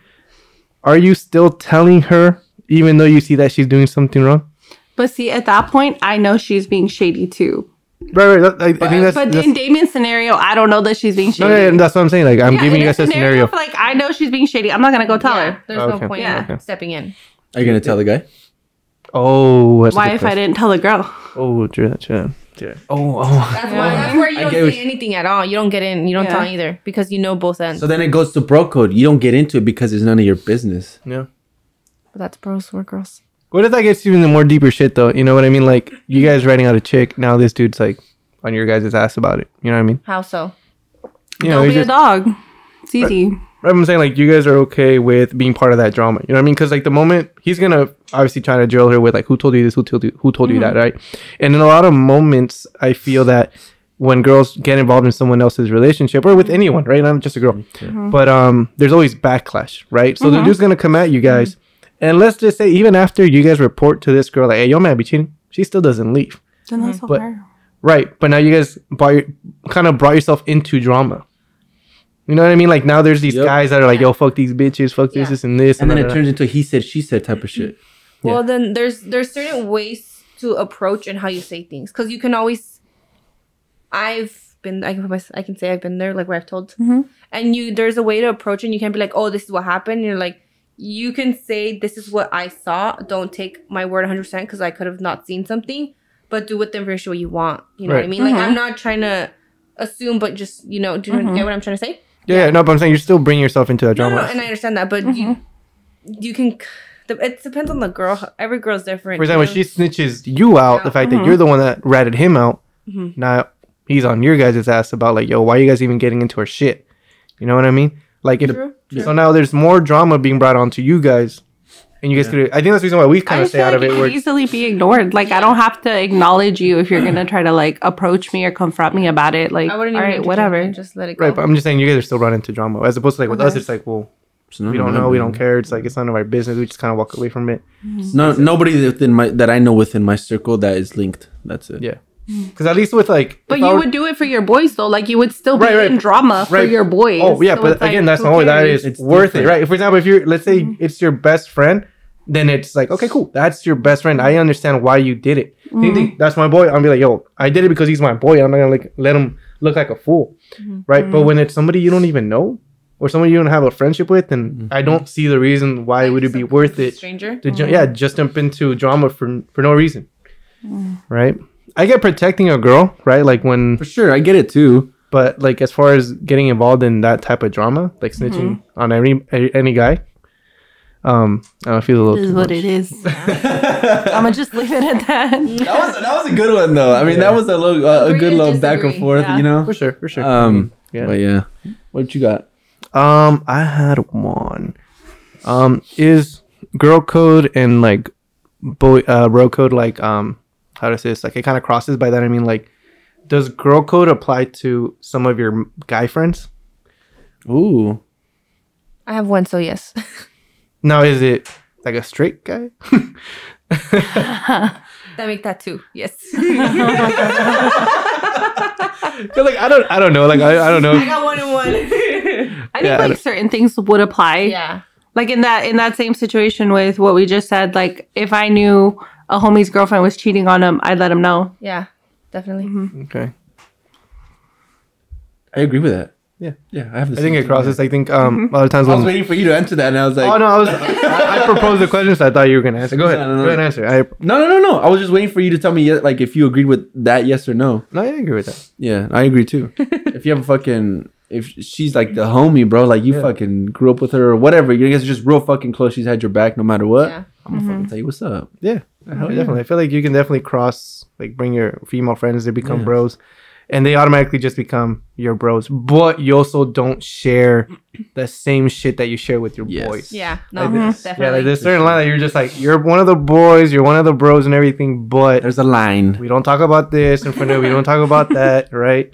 Speaker 1: Are you still telling her, even though you see that she's doing something wrong?
Speaker 3: But see, at that point, I know she's being shady too.
Speaker 1: Right, right. that- I, I think that's.
Speaker 3: But
Speaker 1: that's
Speaker 3: in Damien's scenario, I don't know that she's being
Speaker 1: no,
Speaker 3: shady.
Speaker 1: no, no, that's what I'm saying. Like, I'm
Speaker 3: Yeah,
Speaker 1: giving
Speaker 3: in
Speaker 1: you
Speaker 3: a
Speaker 1: guys a scenario.
Speaker 3: if, Like I know she's being shady. I'm not gonna go tell her.
Speaker 4: There's
Speaker 1: Okay.
Speaker 4: no point
Speaker 3: Yeah.
Speaker 4: in stepping in.
Speaker 2: Are you gonna tell the guy?
Speaker 1: Oh, that's a
Speaker 3: Why
Speaker 1: good
Speaker 3: if I
Speaker 1: question.
Speaker 3: didn't tell the girl?
Speaker 1: Oh, true, that, true. that. Oh, oh.
Speaker 4: That's why. That's where you don't
Speaker 2: get what
Speaker 4: say anything at all. You don't get in. You don't
Speaker 3: Yeah.
Speaker 4: tell either because you know both ends.
Speaker 2: So then it goes to bro code. You don't get into it because it's none of your business.
Speaker 1: Yeah.
Speaker 4: but that's bros or girls.
Speaker 1: What if that gets you into more deeper shit, though? You know what I mean? Like, you guys writing out a chick. Now this dude's like on your guys' ass about it. You know what I mean?
Speaker 4: How so?
Speaker 1: You know,
Speaker 3: Don't
Speaker 1: you
Speaker 3: be a
Speaker 1: just-
Speaker 3: dog. It's easy.
Speaker 1: right, I'm saying like you guys are okay with being part of that drama. You know what I mean? Because like the moment he's gonna obviously try to drill her with like who told you this, who told you, who told you that, right? And in a lot of moments, I feel that when girls get involved in someone else's relationship or with anyone, right? Not just a girl, but um, there's always backlash, right? So they're just gonna come at you guys, and let's just say even after you guys report to this girl like, hey, your man be cheating, she still doesn't leave.
Speaker 3: Then that's
Speaker 1: But-
Speaker 3: on her.
Speaker 1: Right, but now you guys brought your, kind of brought yourself into drama. You know what I mean? Like now there's these
Speaker 2: Yep.
Speaker 1: guys that are like, "Yo, fuck these bitches, fuck this,
Speaker 4: Yeah.
Speaker 1: this, and this,"
Speaker 2: And then
Speaker 1: da,
Speaker 2: it
Speaker 1: da,
Speaker 2: turns into he said, she said type of shit.
Speaker 4: Well, then there's there's certain ways to approach and how you say things because you can always. I've been. I can put my, I can say I've been there, like where I've told.
Speaker 1: Mm-hmm.
Speaker 4: And you, there's a way to approach, it and you can't be like, "Oh, this is what happened." You're like, you can say, "This is what I saw." Don't take my word 100 percent because I could have not seen something, but do with the information what you want. You know what I
Speaker 1: Right. Mm-hmm.
Speaker 4: mean? Like, I'm not trying to assume, but just you know, do you get what I'm trying to say?
Speaker 1: da. Yeah, yeah, no, but I'm saying you're still bringing yourself into that
Speaker 4: No,
Speaker 1: drama.
Speaker 4: no, and I understand that, but you,
Speaker 1: Mm-hmm.
Speaker 4: you can. the- It depends on the girl. Every girl's different.
Speaker 1: For example,
Speaker 4: you
Speaker 1: if she snitches you out, the fact
Speaker 2: Mm-hmm.
Speaker 1: that you're the one that ratted him out.
Speaker 4: Mm-hmm.
Speaker 1: Now he's on your guys' ass about like, "Yo, why are you guys even getting into her shit?" You know what I mean? Like, if,
Speaker 4: True,
Speaker 1: so now there's more drama being brought onto you guys, and you guys could. I think that's the reason why we
Speaker 3: I
Speaker 1: kind of
Speaker 3: just
Speaker 1: stay
Speaker 3: feel
Speaker 1: out
Speaker 3: like
Speaker 1: of
Speaker 3: it
Speaker 1: it.
Speaker 3: could
Speaker 1: Where
Speaker 3: easily be ignored. Like I don't have to acknowledge you if you're gonna try to like approach me or confront me about it. Like
Speaker 4: I
Speaker 3: all
Speaker 4: wouldn't even
Speaker 3: right,
Speaker 4: entertain
Speaker 3: whatever.
Speaker 4: it, Just let it go.
Speaker 1: right, but I'm just saying you guys are still running into drama, as opposed to like with us, it's like, well, we don't know, we
Speaker 2: Mm-hmm.
Speaker 1: don't care. It's like it's none of our business. We just kind of walk away from it.
Speaker 2: No, nobody within my that I know within my circle that is linked. That's it.
Speaker 1: Yeah. Because at least with like,
Speaker 3: Mm-hmm. But
Speaker 1: if I
Speaker 3: you
Speaker 1: were-
Speaker 3: would do it for your boys though. Like you would still be
Speaker 1: Right, right.
Speaker 3: in drama for
Speaker 1: Right.
Speaker 3: your boys.
Speaker 1: Oh yeah,
Speaker 3: So
Speaker 1: but
Speaker 3: it's like,
Speaker 1: again, that's
Speaker 3: who
Speaker 1: not what that
Speaker 3: cares? Mm-hmm.
Speaker 1: is.
Speaker 2: It's
Speaker 1: worth
Speaker 2: different.
Speaker 1: it, right? If, for example, if you're, let's say, it's your best friend, then it's like, okay, cool, that's your best friend. I understand why you did it. Same
Speaker 3: Mm-hmm.
Speaker 1: thing, that's my boy. I'll be like, yo, I did it because he's my boy. I'm not gonna like let him look like a fool,
Speaker 3: Mm-hmm.
Speaker 1: right? But
Speaker 2: Mm-hmm.
Speaker 1: when it's somebody you don't even know or somebody you don't have a friendship with, then
Speaker 2: Mm-hmm.
Speaker 1: I don't see the reason why would it be worth it
Speaker 4: Stranger.
Speaker 1: to
Speaker 3: Mm.
Speaker 1: ju- yeah just jump into drama for for no reason,
Speaker 3: Mm.
Speaker 1: right? I get protecting a girl, right? Like when
Speaker 2: For sure, I get it too.
Speaker 1: but like as far as getting involved in that type of drama, like snitching
Speaker 3: Mm-hmm.
Speaker 1: on any a- any guy, um, I feel a little.
Speaker 3: This is
Speaker 1: too
Speaker 3: what
Speaker 1: much.
Speaker 3: it is. I'm gonna just leave it at that.
Speaker 2: That was that was a good one though. I mean, that was a little uh, a
Speaker 4: Agree
Speaker 2: good
Speaker 4: to
Speaker 2: little back and
Speaker 4: disagree,
Speaker 2: forth.
Speaker 3: yeah.
Speaker 2: You know.
Speaker 1: For sure, for sure.
Speaker 2: Um.
Speaker 1: Yeah.
Speaker 2: But yeah. What you got?
Speaker 1: um, I had one. Um, is girl code and like boy uh, bro code like um how to say this like it kind of crosses by that I mean like does girl code apply to some of your m- guy friends?
Speaker 2: Ooh.
Speaker 4: I have one, so yes.
Speaker 1: Now is it like a straight guy?
Speaker 4: that make that two. Yes.
Speaker 1: 'Cause, like I don't I don't know like I, I don't know.
Speaker 4: I got one and one.
Speaker 3: I think
Speaker 1: Yeah, I
Speaker 3: like
Speaker 1: don't-
Speaker 3: certain things would apply.
Speaker 4: yeah.
Speaker 3: Like in that in that same situation with what we just said. Like if I knew a homie's girlfriend was cheating on him, I'd let him know.
Speaker 4: Yeah. Definitely.
Speaker 1: okay.
Speaker 2: I agree with that.
Speaker 1: Yeah.
Speaker 2: Yeah. I have. The
Speaker 1: I think
Speaker 2: same
Speaker 1: it
Speaker 2: thing,
Speaker 1: crosses. I think um, a lot of times
Speaker 2: yeah. I
Speaker 1: when
Speaker 2: was waiting for you to answer that, and I was like,
Speaker 1: oh no, I was I, I proposed the question, so I thought you were gonna answer. Go ahead,
Speaker 2: No, no, no.
Speaker 1: go ahead, and answer. I
Speaker 2: no, no, no, no. I was just waiting for you to tell me yeah, like if you agreed with that, yes or no.
Speaker 1: no, I agree with that.
Speaker 2: Yeah, I agree too. if you have a fucking if she's like the homie, bro, like you
Speaker 1: Yeah.
Speaker 2: fucking grew up with her or whatever, you guys are just real fucking close. She's had your back no matter what.
Speaker 4: Yeah.
Speaker 2: I'm gonna fucking tell you what's up.
Speaker 1: Yeah,
Speaker 2: Hell yeah.
Speaker 1: definitely. I feel like you can definitely cross, like, bring your female friends. They become
Speaker 2: Yeah.
Speaker 1: bros, and they automatically just become your bros. But you also don't share the same shit that you share with your
Speaker 2: Yes.
Speaker 1: boys.
Speaker 4: Yeah. No.
Speaker 1: Like this.
Speaker 4: Definitely.
Speaker 1: Yeah, like there's certain line that you're just like you're one of the boys, you're one of the bros and everything, but
Speaker 2: There's a line.
Speaker 1: we don't talk about this in front of we don't talk about that, right?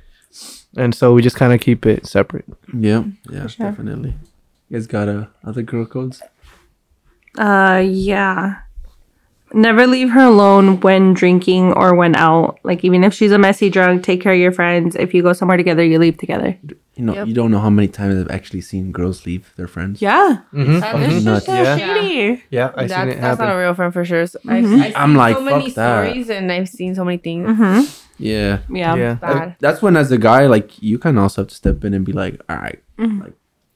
Speaker 1: And so we just kind of keep it separate.
Speaker 2: Yeah, yeah,
Speaker 3: sure.
Speaker 2: definitely. You guys got uh, other girl codes?
Speaker 3: Uh yeah. Never leave her alone when drinking or when out. Like even if she's a messy drunk, take care of your friends. If you go somewhere together, you leave together.
Speaker 2: You know,
Speaker 4: Yep.
Speaker 2: you don't know how many times I've actually seen girls leave their friends.
Speaker 3: Yeah.
Speaker 4: That Uh, is
Speaker 2: Fucking
Speaker 4: just
Speaker 2: nuts.
Speaker 4: so
Speaker 1: Yeah.
Speaker 3: Shady.
Speaker 1: Yeah, I seen
Speaker 4: that's,
Speaker 1: it
Speaker 4: that's
Speaker 1: happen.
Speaker 4: not a real friend for sure. So I've, Mm-hmm. I've seen
Speaker 2: I'm like,
Speaker 4: so many
Speaker 2: fuck that.
Speaker 4: stories and I've seen so many things.
Speaker 2: Yeah.
Speaker 3: Yeah.
Speaker 1: yeah.
Speaker 4: Bad.
Speaker 2: That's when, as a guy, like you kind of also have to step in and be like, all right, like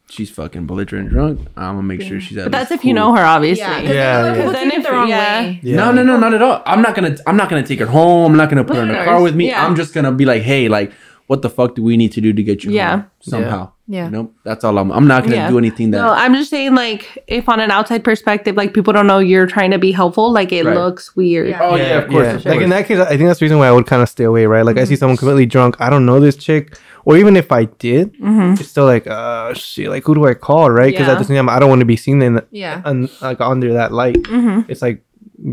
Speaker 2: she's fucking belligerent drunk. I'm gonna make sure she's. At
Speaker 3: But that's
Speaker 2: least
Speaker 3: if you know
Speaker 2: cool."
Speaker 3: her, obviously.
Speaker 4: Yeah,
Speaker 1: Yeah, yeah.
Speaker 4: because
Speaker 3: Then
Speaker 4: then
Speaker 3: if-
Speaker 4: the wrong
Speaker 3: yeah.
Speaker 4: way.
Speaker 1: Yeah.
Speaker 2: No, no, no, not at all. I'm not gonna. I'm not gonna take her home. I'm not gonna put her in a
Speaker 4: Of
Speaker 2: car
Speaker 4: course,
Speaker 2: with me.
Speaker 3: yeah.
Speaker 2: I'm just gonna be like, hey, like, what the fuck do we need to do to get you?
Speaker 3: Yeah.
Speaker 2: home Somehow.
Speaker 4: Yeah.
Speaker 2: You know, that's all I'm. I'm not gonna
Speaker 3: Yeah.
Speaker 2: do anything that.
Speaker 3: No, I'm just saying, like, if on an outside perspective, like, people don't know you're trying to be helpful, like, it
Speaker 2: Right.
Speaker 3: looks weird.
Speaker 4: Yeah.
Speaker 2: oh yeah, of course. Of course.
Speaker 1: Like in that case, I think that's the reason why I would kind of stay away, right? Like I see someone completely drunk, I don't know this chick, or even if I did,
Speaker 4: Mm-hmm.
Speaker 1: it's still like, uh, shit, like who do I call, right? Because
Speaker 3: Yeah.
Speaker 1: at the same time, I don't want to be seen in,
Speaker 4: Yeah.
Speaker 1: un, like under that light. It's like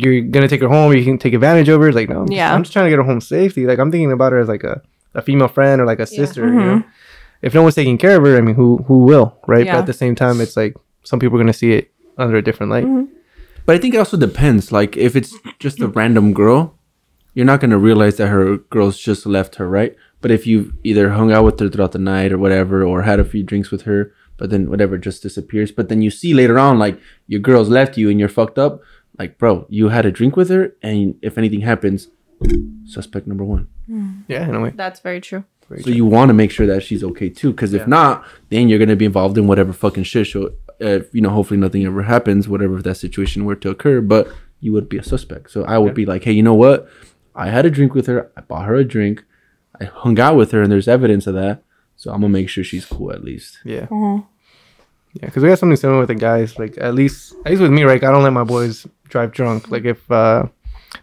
Speaker 1: you're gonna take her home, you can take advantage of her. It's like no, I'm, yeah.
Speaker 3: Yeah.
Speaker 1: just, I'm just trying to get her home safely. Like I'm thinking about her as like a, a female friend or like a sister. You know, if no one's taking care of her, I mean, who who will, right?
Speaker 3: Yeah.
Speaker 1: But at the same time, it's like some people are gonna see it under a different light.
Speaker 2: But I think it also depends. Like if it's just a random girl, you're not gonna realize that her girl's just left her, right? But if you've either hung out with her throughout the night or whatever, or had a few drinks with her, but then whatever just disappears. But then you see later on, like your girl's left you and you're fucked up. Like, bro, you had a drink with her, and if anything happens, suspect number one.
Speaker 1: Yeah, in a way.
Speaker 4: That's very true.
Speaker 2: So you want to make sure that she's okay too, because if not, then you're gonna be involved in whatever fucking shit. So, uh, you know, hopefully nothing ever happens, whatever that situation were to occur. But you would be a suspect. So I would be like, hey, you know what? I had a drink with her. I bought her a drink. I hung out with her, and there's evidence of that. So I'm gonna make sure she's cool at least.
Speaker 1: Yeah. Yeah, because we had something similar with the guys. Like at least, at least with me, right? I don't let my boys drive drunk. Like if uh,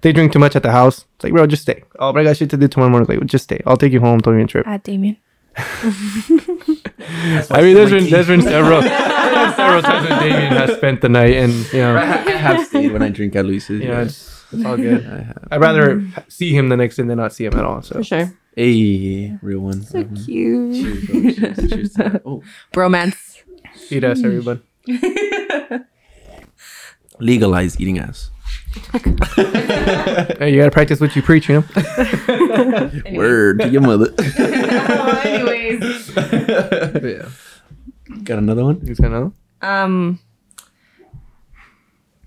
Speaker 1: they drink too much at the house, it's like, bro, just stay. Oh, but I got shit to do tomorrow morning. Like, just stay. I'll take you home. Don't even trip.
Speaker 4: Ah, Damien.
Speaker 1: I mean, there's been there's been several there's been several times when Damien has spent the night, and you know,
Speaker 2: I ha- I have stayed when I drink at Luis's.
Speaker 1: you
Speaker 2: Yeah.
Speaker 1: know, it's, it's all good.
Speaker 2: I have.
Speaker 1: I'd rather see him the next day than not see him at all. So
Speaker 3: For sure.
Speaker 2: Hey, real one. real one.
Speaker 3: Cute.
Speaker 2: Cheers, bro. Cheers, cheers to that. Oh,
Speaker 4: Bromance.
Speaker 1: eat us, everybody.
Speaker 2: legalize eating ass.
Speaker 1: Hey, you gotta practice what you preach, you know.
Speaker 2: Word to your mother.
Speaker 4: Oh, Anyways,
Speaker 1: yeah.
Speaker 2: Got another one?
Speaker 1: Who's gonna know?
Speaker 4: um,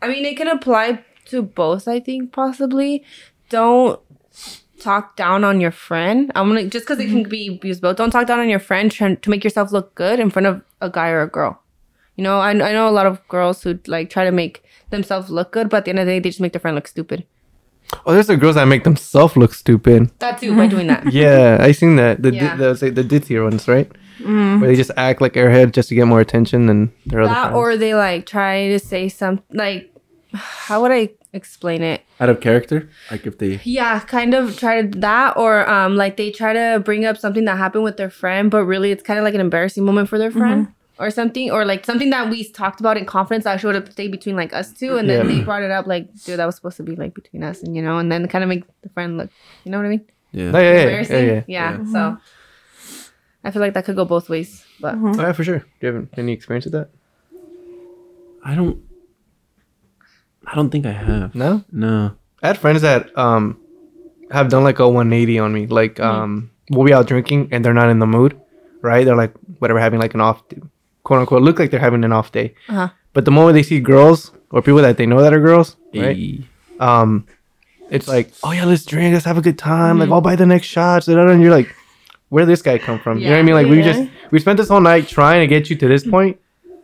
Speaker 4: I mean, it can apply to both. I think possibly. Don't talk down on your friend. I'm gonna just because it
Speaker 1: Mm-hmm.
Speaker 4: can be used both. Don't talk down on your friend trying to make yourself look good in front of a guy or a girl. You know, I, I know a lot of girls who like try to make themselves look good, but at the end of the day, they just make their friend look stupid.
Speaker 1: Oh, there's the girls that make themselves look stupid.
Speaker 4: That too by doing that.
Speaker 1: Yeah, I seen that. The
Speaker 4: Yeah.
Speaker 1: yeah. Mm-hmm. the, the, the dittier ones, right? Where they just act like airhead just to get more attention than their other.
Speaker 4: that
Speaker 1: friends.
Speaker 4: or they like try to say some like how would i explain it
Speaker 2: Out of character? Like if they.
Speaker 4: yeah kind of try to that or um like they try to bring up something that happened with their friend but really it's kind of like an embarrassing moment for their friend or something or like something that we talked about in confidence that should have stayed between like us two and then
Speaker 1: Yeah.
Speaker 4: they brought it up like dude that was supposed to be like between us and you know and then kind of make the friend look you know what i mean
Speaker 1: No, Oh, yeah, yeah, yeah,
Speaker 4: embarrassing
Speaker 1: yeah, yeah.
Speaker 2: Yeah.
Speaker 4: so i feel like that could go both ways but
Speaker 1: Oh, yeah, for sure. Do you have any experience with that?
Speaker 2: I don't. I don't think I have.
Speaker 1: No,
Speaker 2: No.
Speaker 1: I had friends that um have done like a 180 on me. Like um, we'll be out drinking and they're not in the mood, right? They're like whatever, having like an off, quote unquote, look like they're having an off day.
Speaker 4: Uh-huh.
Speaker 1: But the moment they see girls or people that they know that are girls, right?
Speaker 2: Hey.
Speaker 1: um it's like oh yeah let's drink let's have a good time like i'll buy the next shots da, da, da. and you're like where did this guy come from you know what i mean like we
Speaker 3: Yeah.
Speaker 1: just we spent this whole night trying to get you to this point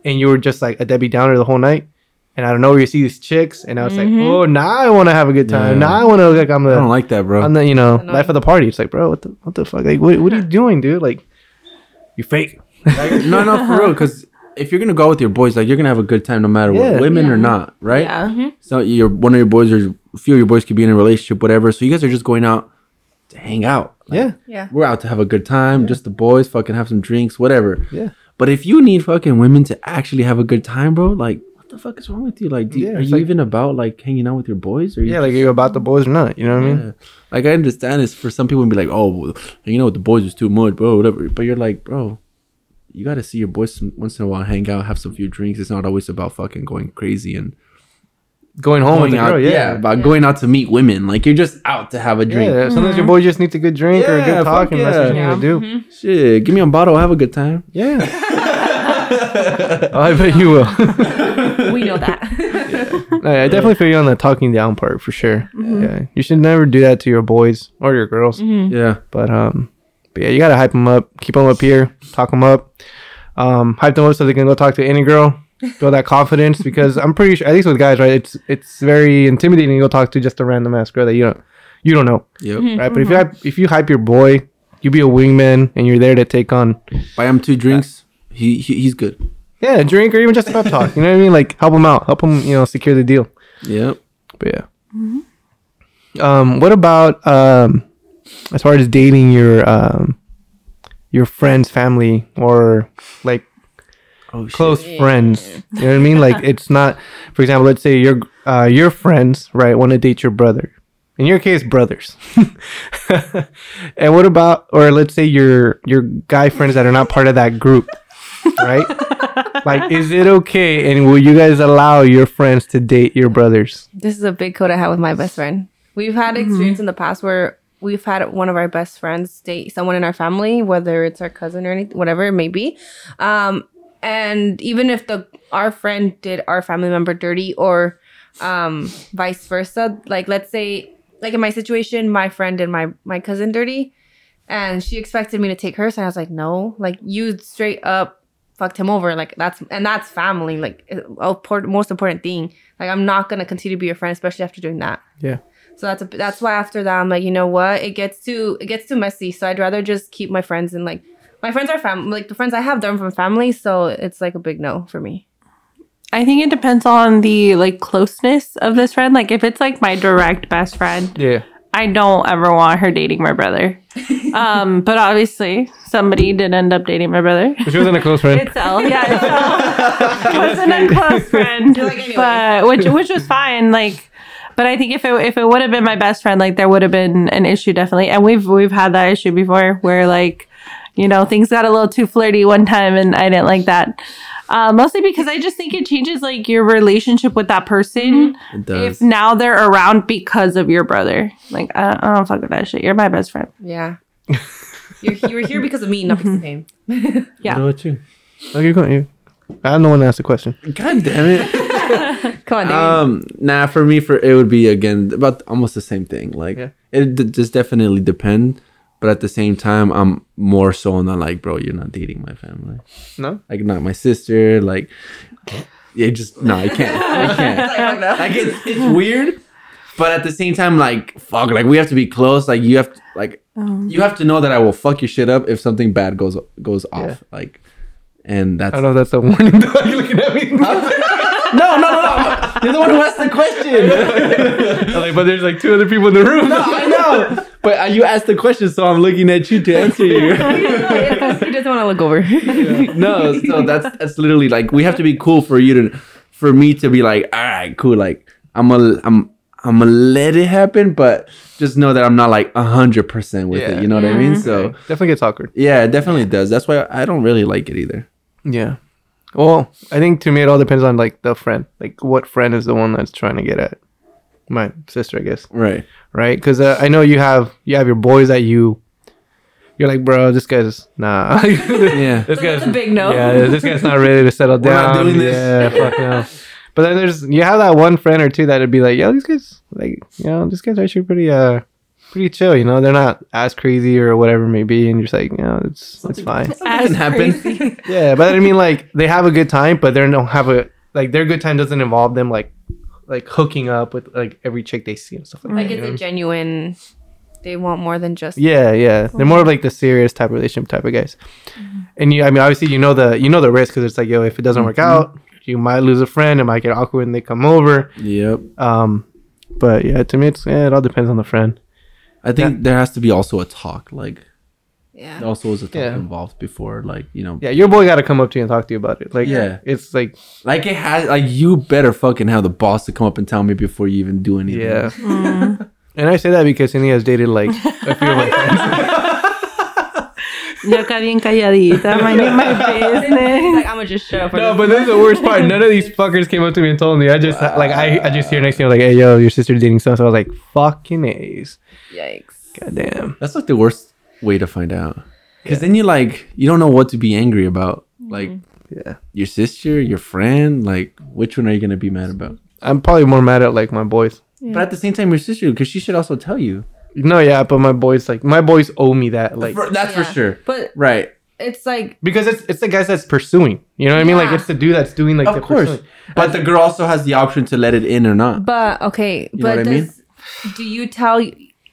Speaker 1: and you were just like a debbie downer the whole night and i don't know where you see these chicks and i was like oh now i want to have a good time
Speaker 2: Yeah.
Speaker 1: now i want to look like i'm
Speaker 2: I don't
Speaker 1: the
Speaker 2: like that, bro.
Speaker 1: i'm Uh, the you know
Speaker 4: Annoying.
Speaker 1: life of the party it's like bro what the what the fuck like what, what are you doing dude like you fake
Speaker 2: no, no, for real. Because if you're gonna go out with your boys, like you're gonna have a good time no matter
Speaker 1: Yeah. Mm-hmm.
Speaker 2: what, women or not, right?
Speaker 3: Yeah.
Speaker 2: So your one of your boys or a few of your boys could be in a relationship, whatever. So you guys are just going out to hang out. Like,
Speaker 1: yeah
Speaker 4: yeah
Speaker 2: We're out to have a good time, just the boys, fucking have some drinks, whatever.
Speaker 1: Yeah.
Speaker 2: But if you need fucking women to actually have a good time, bro, like what the fuck is wrong with you? Like, do you,
Speaker 1: Yeah,
Speaker 2: are
Speaker 1: it's
Speaker 2: you
Speaker 1: like-
Speaker 2: even about like hanging out with your boys? Or you-
Speaker 1: yeah like are you about the boys or not you know what i mean
Speaker 2: Yeah. Like I understand it's for some people and be like, oh, well, you know, the boys is too much, bro, whatever. But you're like, bro, you gotta see your boys some, once in a while, hang out, have some few drinks. It's not always about fucking going crazy and
Speaker 1: going home with
Speaker 2: going
Speaker 1: the
Speaker 2: out,
Speaker 1: girl,
Speaker 2: Oh, yeah, about going out to meet women. Like you're just out to have a drink.
Speaker 1: Yeah, sometimes your boy just needs a good drink or a
Speaker 2: Yeah,
Speaker 1: good talk,
Speaker 2: fuck
Speaker 1: and that's what you
Speaker 2: yeah.
Speaker 1: need to do.
Speaker 2: Shit, give me a bottle, have a good time.
Speaker 1: Yeah. I bet you will.
Speaker 3: We know that.
Speaker 1: I, I definitely feel you on the talking down part for sure. Yeah, you should never do that to your boys or your girls.
Speaker 2: Yeah,
Speaker 1: But um, but yeah, you gotta hype them up, keep them up here, talk them up, um, hype them up so they can go talk to any girl, build that confidence. Because I'm pretty sure, at least with guys, right? It's it's very intimidating to go talk to just a random ass girl that you don't you don't know,
Speaker 2: yep.
Speaker 1: right? But if you hype, if you hype your boy, you be a wingman and you're there to take on
Speaker 2: Buy him two drinks. He, he he's good.
Speaker 1: yeah, a drink or even just a pep talk. You know what I mean? Like help them out, help them you know secure the deal.
Speaker 2: Yep.
Speaker 1: But yeah. Um, what about um, as far as dating your um, your friends, family, or like
Speaker 2: Oh shit.
Speaker 1: close friends? You know what I mean? Like it's not, for example, let's say your uh, your friends right want to date your brother. In your case, brothers. and what about, or let's say your your guy friends that are not part of that group, right? like, is it okay? And will you guys allow your friends to date your brothers?
Speaker 4: This is a big code I had with my best friend. We've had experience in the past where we've had one of our best friends date someone in our family, whether it's our cousin or anything, whatever it may be. Um, and even if the our friend did our family member dirty or um, vice versa, like let's say, like in my situation, my friend did my my cousin dirty, and she expected me to take her, so I was like, no, like you straight up fucked him over, like that's and that's family, like uh, a por- most important thing. Like I'm not gonna continue to be your friend, especially after doing that.
Speaker 1: Yeah.
Speaker 4: So that's a, that's why after that I'm like, you know what? It gets too it gets too messy. So I'd rather just keep my friends and like my friends are family. Like the friends I have, they're from family, so it's like a big no for me.
Speaker 3: I think it depends on the like closeness of this friend. Like if it's like my direct best friend,
Speaker 1: Yeah.
Speaker 3: I don't ever want her dating my brother. um, but obviously somebody did end up dadating my brother.
Speaker 1: She wasn't a close friend.
Speaker 3: It's Elle, yeah. It's Elle. It wasn't a close friend,
Speaker 4: like, anyway.
Speaker 3: but which which was fine. Like, but I think if it if it would have been my best friend, like there would have been an issue definitely. And we've we've had that issue before, where like, you know, things got a little too flirty one time, and I didn't like that. Uh, mostly because I just think it changes like your relationship with that person.
Speaker 2: It
Speaker 3: If
Speaker 2: does.
Speaker 3: now they're around because of your brother, like I don't, I don't fuck with that shit. You're my best friend.
Speaker 4: Yeah. You're, you were here because of me, not because of him.
Speaker 3: Yeah.
Speaker 2: What about you?
Speaker 1: Okay, you're going. you- I'm the one that asked the question.
Speaker 2: God damn it.
Speaker 4: Come on, David.
Speaker 2: Um, nah, for me, for it would be again about almost the same thing. Like
Speaker 1: Yeah.
Speaker 2: it d- just definitely depend, but at the same time, I'm more so on the like, bro, you're not dating my family.
Speaker 1: No.
Speaker 2: Like not my sister. Like it just no, I can't. I can't. Like it's, it's weird, but at the same time, like fuck, like we have to be close. Like you have to, like you have to know that I will fuck your shit up if something bad goes goes off. Like, and that's
Speaker 1: I don't know if that's a warning. though. You're looking at me.
Speaker 2: no, no, no, no. You're the one who asked the question.
Speaker 1: I'm like, but there's like two other people in the room.
Speaker 2: No, I know. But uh, you asked the question, so I'm looking at you to answer you.
Speaker 4: he doesn't want to look over.
Speaker 2: no, so that's that's literally like we have to be cool for you to, for me to be like, all right, cool. Like I'm a I'm I'm gonna let it happen, but just know that I'm not like hundred percent with
Speaker 1: Yeah.
Speaker 2: it. You know what I mean? So
Speaker 1: Definitely gets awkward.
Speaker 2: yeah, it definitely does. That's why I don't really like it either.
Speaker 1: Yeah. Well, I think to me it all depends on like the friend. Like what friend is the one that's trying to get at my sister, I guess.
Speaker 2: Right.
Speaker 1: Right? Because uh, I know you have you have your boys that you. You're like, bro, this guy's nah.
Speaker 2: Yeah.
Speaker 1: this guy's
Speaker 4: That's a big no.
Speaker 1: Yeah, this guy's not ready to settle
Speaker 2: We're
Speaker 1: down.
Speaker 2: not doing this.
Speaker 1: Yeah, fuck no. But then there's you have that one friend or two that'd be like, yo, these guys, like, you know, these guys are actually pretty, uh, pretty chill. You know, they're not as crazy or whatever it may be, and you're just like, you know, it's it's fine.
Speaker 2: Doesn't happen.
Speaker 1: Yeah, but I mean, like they have a good time, but they don't have a like their good time doesn't involve them like like hooking up with like every chick they see and stuff like
Speaker 4: Like
Speaker 1: that. you
Speaker 4: it's
Speaker 1: know what I
Speaker 4: a
Speaker 1: mean?
Speaker 4: genuine. They want more than just.
Speaker 1: Yeah, yeah, they're more of like the serious type of relationship type of guys. And you, I mean, obviously you know the you know the risk because it's like yo, if it doesn't work out, you might lose a friend. It might get awkward when they come over.
Speaker 2: Yep.
Speaker 1: Um, but yeah, to me, it's yeah, it all depends on the friend.
Speaker 2: I think there has to be also a talk. Like
Speaker 4: Yeah.
Speaker 2: there also was a talk
Speaker 1: Yeah.
Speaker 2: involved before. Like you know.
Speaker 1: Yeah, your boy got to come up to you and talk to you about it. Like,
Speaker 2: Yeah.
Speaker 1: it's like
Speaker 2: Like it has like you better fucking have the boss to come up and tell me before you even do anything.
Speaker 1: Yeah. and I say that because Cindy has dated like a few of my friends.
Speaker 3: Yo acá bien calladita, minding my business.
Speaker 4: Like, I'm gonna just show up.
Speaker 1: No, but this is the worst part. None of these fuckers came up to me and told me. I just like I, I just hear next thing I'm like, hey yo, your sister's dating someone. So I was like, fucking A's.
Speaker 4: Yikes.
Speaker 1: God damn.
Speaker 2: That's like the worst way to find out. Cause then you like you don't know what to be angry about. Like
Speaker 4: Mm-hmm.
Speaker 1: Yeah.
Speaker 2: your sister, your friend, like which one are you gonna be mad about?
Speaker 1: I'm probably more mad at like my boys.
Speaker 2: But at the same time, your sister, because she should also tell you.
Speaker 1: No, yeah, but my boys like my boys owe me that like
Speaker 2: For- that's for
Speaker 4: Yeah.
Speaker 2: sure.
Speaker 4: But
Speaker 2: Right.
Speaker 4: it's like
Speaker 1: because it's it's the guys that's pursuing. You know what I mean? Like
Speaker 4: Yeah.
Speaker 1: it's the dude that's doing like the
Speaker 2: of course.
Speaker 1: pursuing.
Speaker 2: But the girl also has the option to let it in or not.
Speaker 4: But okay,
Speaker 2: know
Speaker 4: but
Speaker 2: what I mean?
Speaker 4: does, do you tell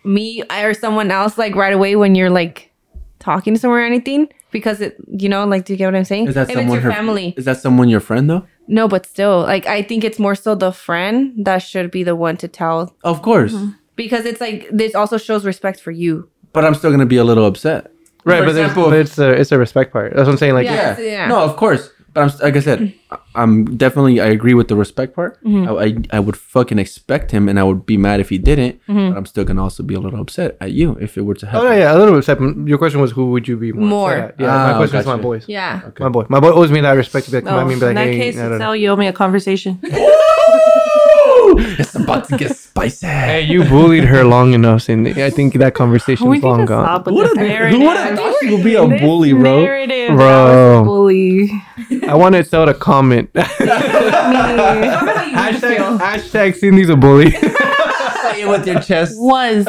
Speaker 4: me or someone else like right away when you're like talking to someone or anything? Because it, you know, like, do you get what I'm saying?
Speaker 2: Is that
Speaker 4: if it's
Speaker 2: someone
Speaker 4: your
Speaker 2: her
Speaker 4: family,
Speaker 2: Is that someone your friend though?
Speaker 4: no, but still, like, I think it's more so the friend that should be the one to tell
Speaker 2: Of course.
Speaker 4: Mm-hmm. because it's like this also shows respect for you.
Speaker 2: But I'm still gonna be a little upset.
Speaker 1: Right,
Speaker 2: For
Speaker 1: but, there's,
Speaker 2: example-
Speaker 1: but it's a it's a respect part. That's what I'm saying. Like
Speaker 4: Yeah.
Speaker 2: yeah.
Speaker 4: yeah.
Speaker 2: No, of course. But I'm like I said, I- I'm definitely I agree with the respect part. I, I I would fucking expect him, and I would be mad if he didn't. But I'm still gonna also be a little upset at you if it were to
Speaker 1: Oh
Speaker 2: happen.
Speaker 1: no, yeah, a little bit. separate. Your question was who would you be more?
Speaker 4: More.
Speaker 1: upset at? Yeah,
Speaker 2: Ah,
Speaker 1: my question was my
Speaker 2: gotcha.
Speaker 1: boys.
Speaker 4: Yeah.
Speaker 1: My boy, my boy owes me that respect. To be like, come
Speaker 3: Oh,
Speaker 1: at me and be
Speaker 3: in
Speaker 1: like,
Speaker 3: that
Speaker 1: hey,
Speaker 3: case,
Speaker 1: no, no, no.
Speaker 3: Excel, you owe me a conversation.
Speaker 2: it's about to get spicy.
Speaker 1: Hey, you bullied her long enough, Cindy. I think that conversation
Speaker 3: We
Speaker 1: is
Speaker 3: need
Speaker 1: long
Speaker 3: to
Speaker 1: gone.
Speaker 3: stop with this narrative.
Speaker 2: thought she would be a bully,
Speaker 3: Narrative,
Speaker 1: Bro.
Speaker 3: that was a bully.
Speaker 1: I wanted Sel to comment. hashtag, hashtag Cindy's a bully.
Speaker 2: Say it with your chest.
Speaker 3: was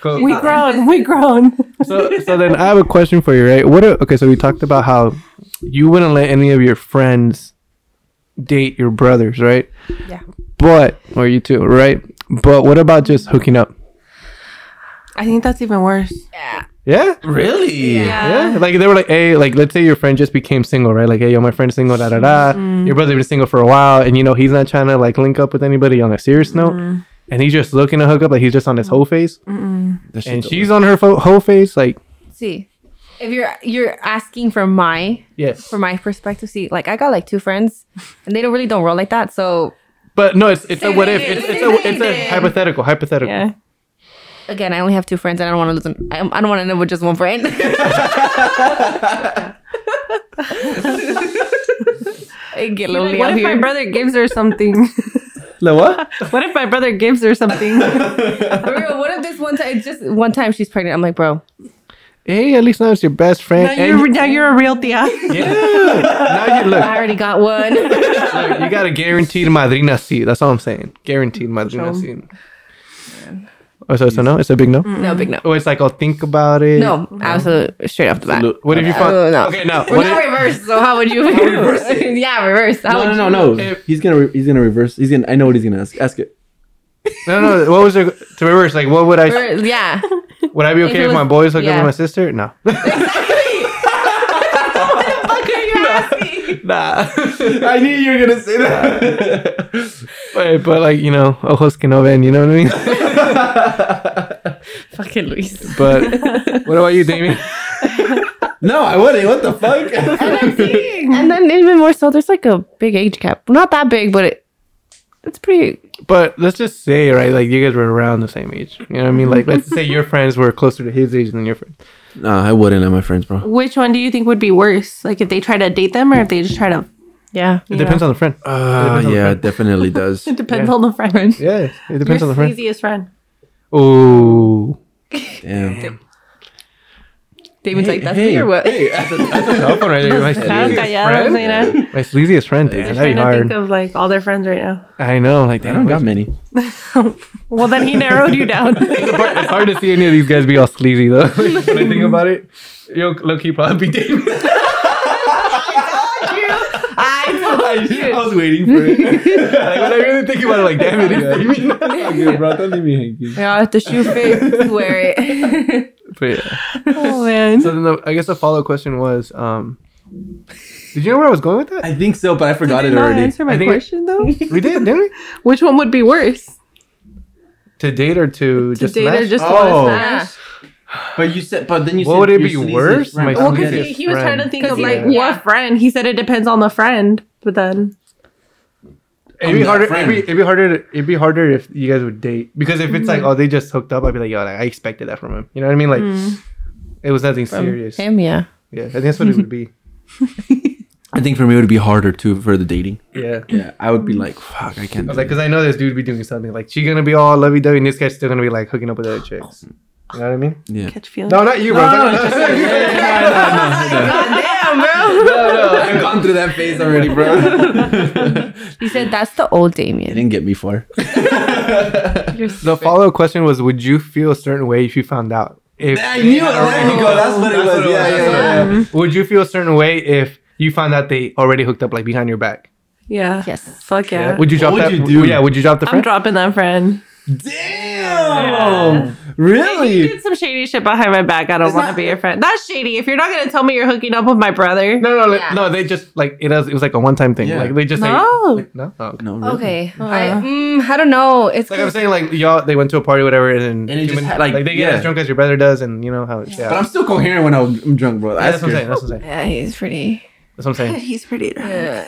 Speaker 1: Cool.
Speaker 3: we grown we grown
Speaker 1: so, so then I have a question for you, right? What? Are, okay, so we talked about how you wouldn't let any of your friends date your brothers, right?
Speaker 4: Yeah.
Speaker 1: But or you too, right? But what about just hooking up?
Speaker 3: i think that's even worse
Speaker 4: Yeah.
Speaker 1: Yeah.
Speaker 2: Really?
Speaker 1: Yeah, like they were like, hey, like let's say your friend just became single, right? Like, hey, yo, my friend's single, da da da. Your brother been single for a while, and you know he's not trying to like link up with anybody on a serious note, and he's just looking to hook up. Like he's just on his whole face,
Speaker 2: That shit
Speaker 1: and
Speaker 2: don't-
Speaker 1: she's on her fo- whole face. Like,
Speaker 4: See, if you're you're asking for my
Speaker 1: yeah,
Speaker 4: for my perspective, see, like I got like two friends, and they don't really don't roll like that, so
Speaker 1: but no, it's it's a
Speaker 4: Same
Speaker 1: what
Speaker 4: thing
Speaker 1: if it's,
Speaker 4: then.
Speaker 1: it's a it's a
Speaker 4: Same
Speaker 1: hypothetical hypothetical.
Speaker 3: yeah
Speaker 4: again, I only have two friends, and I don't want to lose. Them. I, I don't want to end up with just one friend. It'd get
Speaker 3: Like,
Speaker 4: lonely
Speaker 3: what
Speaker 4: out
Speaker 3: if my
Speaker 4: here.
Speaker 3: brother gives her something?
Speaker 1: Like what?
Speaker 3: what if my brother gives her something?
Speaker 4: For real, what if this one time? Just one time she's pregnant. I'm like, bro,
Speaker 1: Hey, at least now it's your best friend.
Speaker 3: now,
Speaker 1: and
Speaker 3: you're, now you're a real tia.
Speaker 1: now you look.
Speaker 4: I already got one.
Speaker 1: Look, you got a guaranteed madrina seat. That's all I'm saying. Guaranteed madrina
Speaker 3: Sure.
Speaker 1: seat. Oh, so it's a no? It's a big no?
Speaker 4: no big no.
Speaker 1: Or Oh, it's like, I'll think about it.
Speaker 4: No, absolute straight off the bat.
Speaker 2: Salute.
Speaker 1: What if you find.
Speaker 4: Uh, no.
Speaker 1: Okay, no.
Speaker 4: We're
Speaker 1: What
Speaker 4: not
Speaker 1: if,
Speaker 4: reverse, so how would you? yeah, reverse. How
Speaker 2: No,
Speaker 4: would
Speaker 2: no,
Speaker 4: you-
Speaker 2: no, no. He's gonna re- he's gonna reverse. He's gonna. I know what he's gonna ask. Ask it.
Speaker 1: no, no. What was it? To reverse, like, what would I.
Speaker 4: Reverse, Yeah.
Speaker 1: Would I be okay
Speaker 4: it
Speaker 1: if, my
Speaker 4: was-
Speaker 1: boys hooked up
Speaker 4: yeah.
Speaker 1: with my sister? No.
Speaker 4: Fuck are you asking?
Speaker 1: nah.
Speaker 2: I knew you were gonna say that.
Speaker 1: but, but, like, you know, ojos que no ven, you know what I mean?
Speaker 4: Fucking Luis.
Speaker 1: But what about you, Damien?
Speaker 2: no, I wouldn't. What the fuck?
Speaker 4: And then even more so, there's like a big age gap. Not that big, but it, it's pretty.
Speaker 1: But let's just say, right, like, you guys were around the same age. You know what I mean? Like, let's say your friends were closer to his age than your friends.
Speaker 2: no, I wouldn't. Let my friends, bro.
Speaker 3: Which one do you think would be worse? Like if they try to date them or if they just try to.
Speaker 4: Yeah.
Speaker 1: It depends on the friend.
Speaker 2: Uh, yeah, it definitely does.
Speaker 3: It depends on the friend.
Speaker 1: Yeah, it depends on the
Speaker 3: Your
Speaker 1: friend.
Speaker 3: sleaziest friend.
Speaker 1: Oh,
Speaker 2: Damn.
Speaker 4: Damon's like, that's
Speaker 2: hey,
Speaker 4: me or what?
Speaker 1: that's a tough one right there. My
Speaker 3: That's
Speaker 1: sleaziest
Speaker 3: yeah,
Speaker 1: friend.
Speaker 3: Zayna.
Speaker 1: My sleaziest friend. dude.
Speaker 3: They're
Speaker 1: That'd
Speaker 3: trying
Speaker 1: be
Speaker 3: to think
Speaker 1: hard.
Speaker 3: of like all their friends right now.
Speaker 1: I know. Like,
Speaker 2: I
Speaker 1: damn,
Speaker 2: don't got
Speaker 1: it's
Speaker 2: many.
Speaker 3: Well, then he narrowed you down.
Speaker 1: hard, it's hard to see any of these guys be all sleazy though. Like, when I think about it, yo, low key probably be Damien.
Speaker 2: I, I was waiting for it.
Speaker 1: like, when I really think about it, like, damn it, it's Damien.
Speaker 2: okay, bro, don't leave me hanging.
Speaker 4: Yeah, if the shoe fits, wear it.
Speaker 1: But yeah.
Speaker 3: oh man.
Speaker 1: So then, the, I guess the follow up question was, um, did you know where I was going with that?
Speaker 2: I think so, but I forgot it
Speaker 3: Did not
Speaker 2: already.
Speaker 3: answer my
Speaker 1: I think-
Speaker 3: question though.
Speaker 1: We did, didn't we?
Speaker 3: Which one would be worse?
Speaker 1: To date or to,
Speaker 3: To
Speaker 1: just
Speaker 3: date or
Speaker 1: smash?
Speaker 3: just wanna
Speaker 1: oh,
Speaker 3: smash?
Speaker 4: yeah.
Speaker 2: But you said, but then you
Speaker 1: What
Speaker 2: said
Speaker 1: would it
Speaker 2: your
Speaker 1: be
Speaker 2: sleaziest
Speaker 1: worse?
Speaker 2: friend.
Speaker 1: My
Speaker 3: Well,
Speaker 1: Oh,
Speaker 3: because
Speaker 1: yeah.
Speaker 3: he, he was
Speaker 1: Friend.
Speaker 3: trying to think of
Speaker 4: he-
Speaker 3: like
Speaker 4: yeah.
Speaker 3: what friend. He said it depends on the friend, but then
Speaker 1: It'd be
Speaker 2: I'm not
Speaker 1: harder. It'd
Speaker 2: friends.
Speaker 1: be, it'd be harder. To, it'd be harder if you guys would date because if it's
Speaker 3: Mm-hmm.
Speaker 1: like, oh, they just hooked up, I'd be like, yo, like, I expected that from him. You know what I mean? Like,
Speaker 3: Mm.
Speaker 1: it was nothing serious.
Speaker 4: Him, yeah.
Speaker 1: Yeah, I think that's what it would be.
Speaker 2: I think for me it would be harder too for the dating.
Speaker 1: Yeah. I
Speaker 2: Yeah, I would be like, fuck, I can't.
Speaker 1: was
Speaker 2: do
Speaker 1: like, because I know this dude be doing something. Like, she gonna be all lovey dovey, and this guy's still gonna be like hooking up with other chicks. You know what I mean?
Speaker 2: this. yeah.
Speaker 3: catch feelings.
Speaker 1: No, not you, bro. No, no,
Speaker 4: Damn, bro.
Speaker 2: I've gone through that phase already, bro.
Speaker 4: He said that's the old
Speaker 2: It
Speaker 4: Damien.
Speaker 2: didn't get me far.
Speaker 1: The follow up question was, would you feel a certain way if you found out? If
Speaker 2: knew it. There you go. That's what it was.
Speaker 1: Yeah, yeah, yeah. would you feel a certain way if you found out they already hooked up like behind your back?
Speaker 3: Yeah.
Speaker 4: Yes.
Speaker 3: Fuck yeah.
Speaker 1: Would you drop
Speaker 2: would
Speaker 1: that?
Speaker 2: you do?
Speaker 1: Yeah, would you drop the
Speaker 3: I'm
Speaker 1: friend?
Speaker 3: dropping that friend.
Speaker 2: Damn.
Speaker 3: You
Speaker 2: Really?
Speaker 3: did some shady shit behind my back. I don't want to be your friend. That's shady. If you're not gonna tell me you're hooking up with my brother,
Speaker 1: No, no, like,
Speaker 4: Yeah.
Speaker 1: no. They just like it was. It was like a one-time thing.
Speaker 2: Yeah.
Speaker 1: Like they just
Speaker 3: No.
Speaker 1: Like, like, no. Oh, okay.
Speaker 2: No. Really.
Speaker 4: Okay. I, mm, I don't know. It's
Speaker 1: Like I'm saying, like y'all, they went to a party, whatever, and then
Speaker 2: it
Speaker 1: two
Speaker 2: just
Speaker 1: minutes-
Speaker 2: had,
Speaker 1: like,
Speaker 2: like,
Speaker 1: they get
Speaker 2: yeah.
Speaker 1: as drunk as your brother does, and you know how it's yeah.
Speaker 2: But I'm still coherent when I'm drunk, bro.
Speaker 1: Yeah, that's what I'm saying. That's what I'm saying.
Speaker 4: yeah, he's pretty.
Speaker 1: That's what I'm saying.
Speaker 3: he's pretty.
Speaker 4: yeah,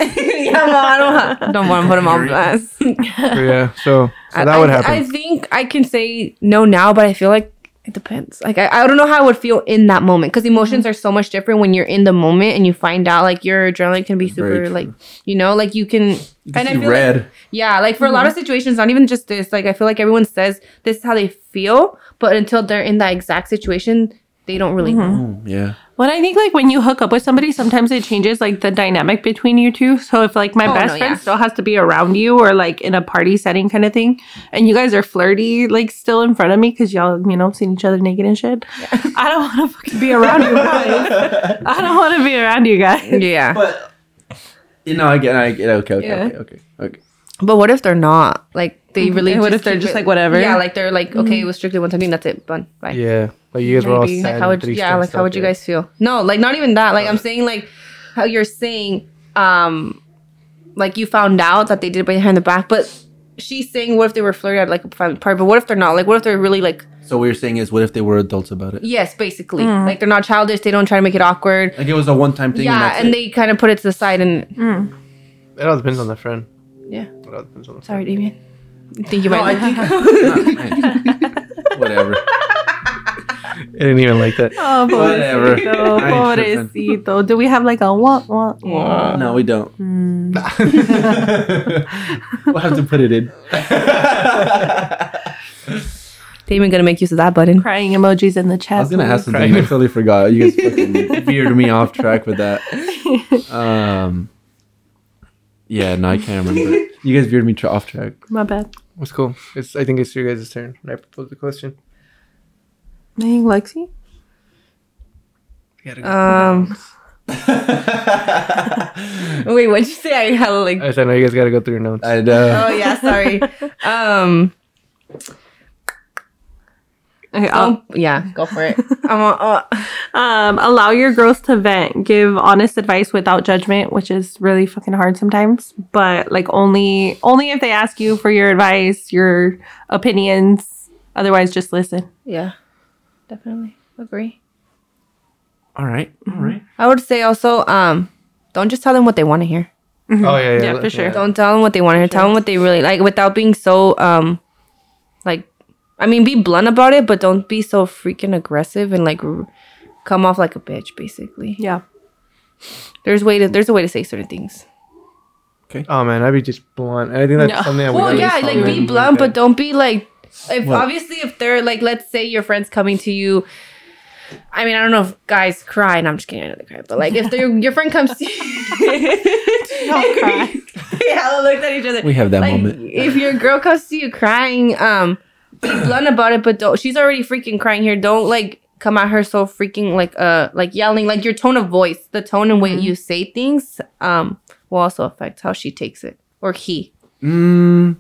Speaker 4: well, I don't, ha- don't want to put him on blast.
Speaker 1: But yeah. So, so
Speaker 4: I-
Speaker 1: that would
Speaker 4: I,
Speaker 1: happen.
Speaker 4: I think I can say no now, but I feel like it depends. Like I, I don't know how I would feel in that moment because emotions are so much different when you're in the moment and you find out like your adrenaline can be
Speaker 2: very
Speaker 4: super
Speaker 2: true.
Speaker 4: like you know like you can and I feel like-
Speaker 2: red.
Speaker 4: yeah like for a lot of situations not even just this like I feel like everyone says this is how they feel but until they're in that exact situation they don't really
Speaker 2: oh,
Speaker 4: know.
Speaker 2: yeah.
Speaker 3: When I think like when you hook up with somebody, sometimes it changes like the dynamic between you two. So if like my
Speaker 4: Oh,
Speaker 3: best
Speaker 4: no,
Speaker 3: friend
Speaker 4: yeah.
Speaker 3: still has to be around you or like in a party setting kind of thing, and you guys are flirty like still in front of me because y'all you know seen each other naked and shit. I don't want to fucking be around you guys. I don't want to be around you guys.
Speaker 4: Yeah,
Speaker 2: But you know, I get, I get, okay, okay,
Speaker 3: Yeah.
Speaker 2: okay, okay, okay.
Speaker 4: but what if they're not like they really?
Speaker 3: And what if they're
Speaker 4: keep
Speaker 3: just,
Speaker 4: it-
Speaker 3: like, whatever?
Speaker 4: Yeah, like they're like okay, it was strictly one time thing. That's it. Done. Bye.
Speaker 1: yeah. Like you guys were all
Speaker 3: Maybe.
Speaker 1: sad.
Speaker 4: like how
Speaker 1: and
Speaker 4: would
Speaker 1: triste
Speaker 4: yeah
Speaker 1: and
Speaker 4: like
Speaker 1: stuff,
Speaker 4: how would you
Speaker 1: yeah.
Speaker 4: guys feel no like not even that like i'm saying like how you're saying um like you found out that they did it behind the back but she's saying what if they were flirting at like a private party but what if they're not like what if they're really like
Speaker 2: So what you're saying is, what if they were adults about it?
Speaker 4: yes basically like they're not childish they don't try to make it awkward
Speaker 2: Like it was a one-time thing.
Speaker 4: yeah and
Speaker 2: and, that's
Speaker 4: they kind of put it to the side and
Speaker 1: It all depends on the friend.
Speaker 4: yeah
Speaker 1: It all depends on the friend.
Speaker 4: sorry damien think you
Speaker 2: it.
Speaker 4: might
Speaker 2: Ah, No, I think- Nah, man. whatever.
Speaker 1: didn't even like that.
Speaker 3: Oh,
Speaker 2: Whatever.
Speaker 3: pobrecito,
Speaker 2: I ain't
Speaker 3: pobrecito. Do we have like a what, what, what?
Speaker 2: No, we don't. we'll have to put it in.
Speaker 4: Damon gonna make use of that button.
Speaker 3: Crying emojis in the chat.
Speaker 2: I was gonna
Speaker 3: please.
Speaker 2: ask something. I totally forgot. You guys fucking veered me off track with that. Um, yeah, no, I can't remember. You guys veered me tra- off track.
Speaker 3: My bad.
Speaker 1: What's cool? It's I think it's your guys' turn. I propose the question.
Speaker 3: Dang, Lexi.
Speaker 4: Um. Wait, what'd you say? I had like.
Speaker 1: I said no, you guys gotta go through your notes.
Speaker 2: I know.
Speaker 4: Oh yeah, sorry. Um.
Speaker 3: Okay, I'll,
Speaker 4: Oh yeah, go for it. I'm on, uh,
Speaker 3: um, allow your girls to vent. Give honest advice without judgment, which is really fucking hard sometimes. But like only only if they ask you for your advice, your opinions. Otherwise, just listen.
Speaker 4: yeah, definitely agree.
Speaker 2: All right, all right.
Speaker 4: I would say also, um, don't just tell them what they want to hear.
Speaker 1: oh yeah, yeah,
Speaker 3: Yeah, for sure.
Speaker 4: Don't tell them what they want to hear. Tell them what they really like without being so um, like, I mean, be blunt about it, but don't be so freaking aggressive and like r- come off like a bitch. Basically,
Speaker 3: Yeah.
Speaker 4: there's way to there's a way to say certain things.
Speaker 1: Oh man, I'd be just blunt. And I think that's
Speaker 3: No.
Speaker 1: something that we.
Speaker 4: Well,
Speaker 1: always
Speaker 4: yeah, like
Speaker 1: follow
Speaker 4: be
Speaker 1: in
Speaker 4: blunt,
Speaker 1: with
Speaker 4: but don't be like. If
Speaker 2: What?
Speaker 4: obviously, if they're like, let's say your friend's coming to you. I mean, I don't know if guys cry, and I'm just kidding. I know they cry, but like, if they're- your friend comes to you,
Speaker 3: Don't cry.
Speaker 4: they all looked at each other.
Speaker 2: We have that
Speaker 4: like,
Speaker 2: moment.
Speaker 4: If your girl comes to you crying, um, be blunt about it. But don't. She's already freaking crying here. Don't like come at her so freaking like uh like yelling. Like your tone of voice, the tone and
Speaker 3: Mm-hmm.
Speaker 4: way you say things, um, will also affect how she takes it or he.
Speaker 2: Mm,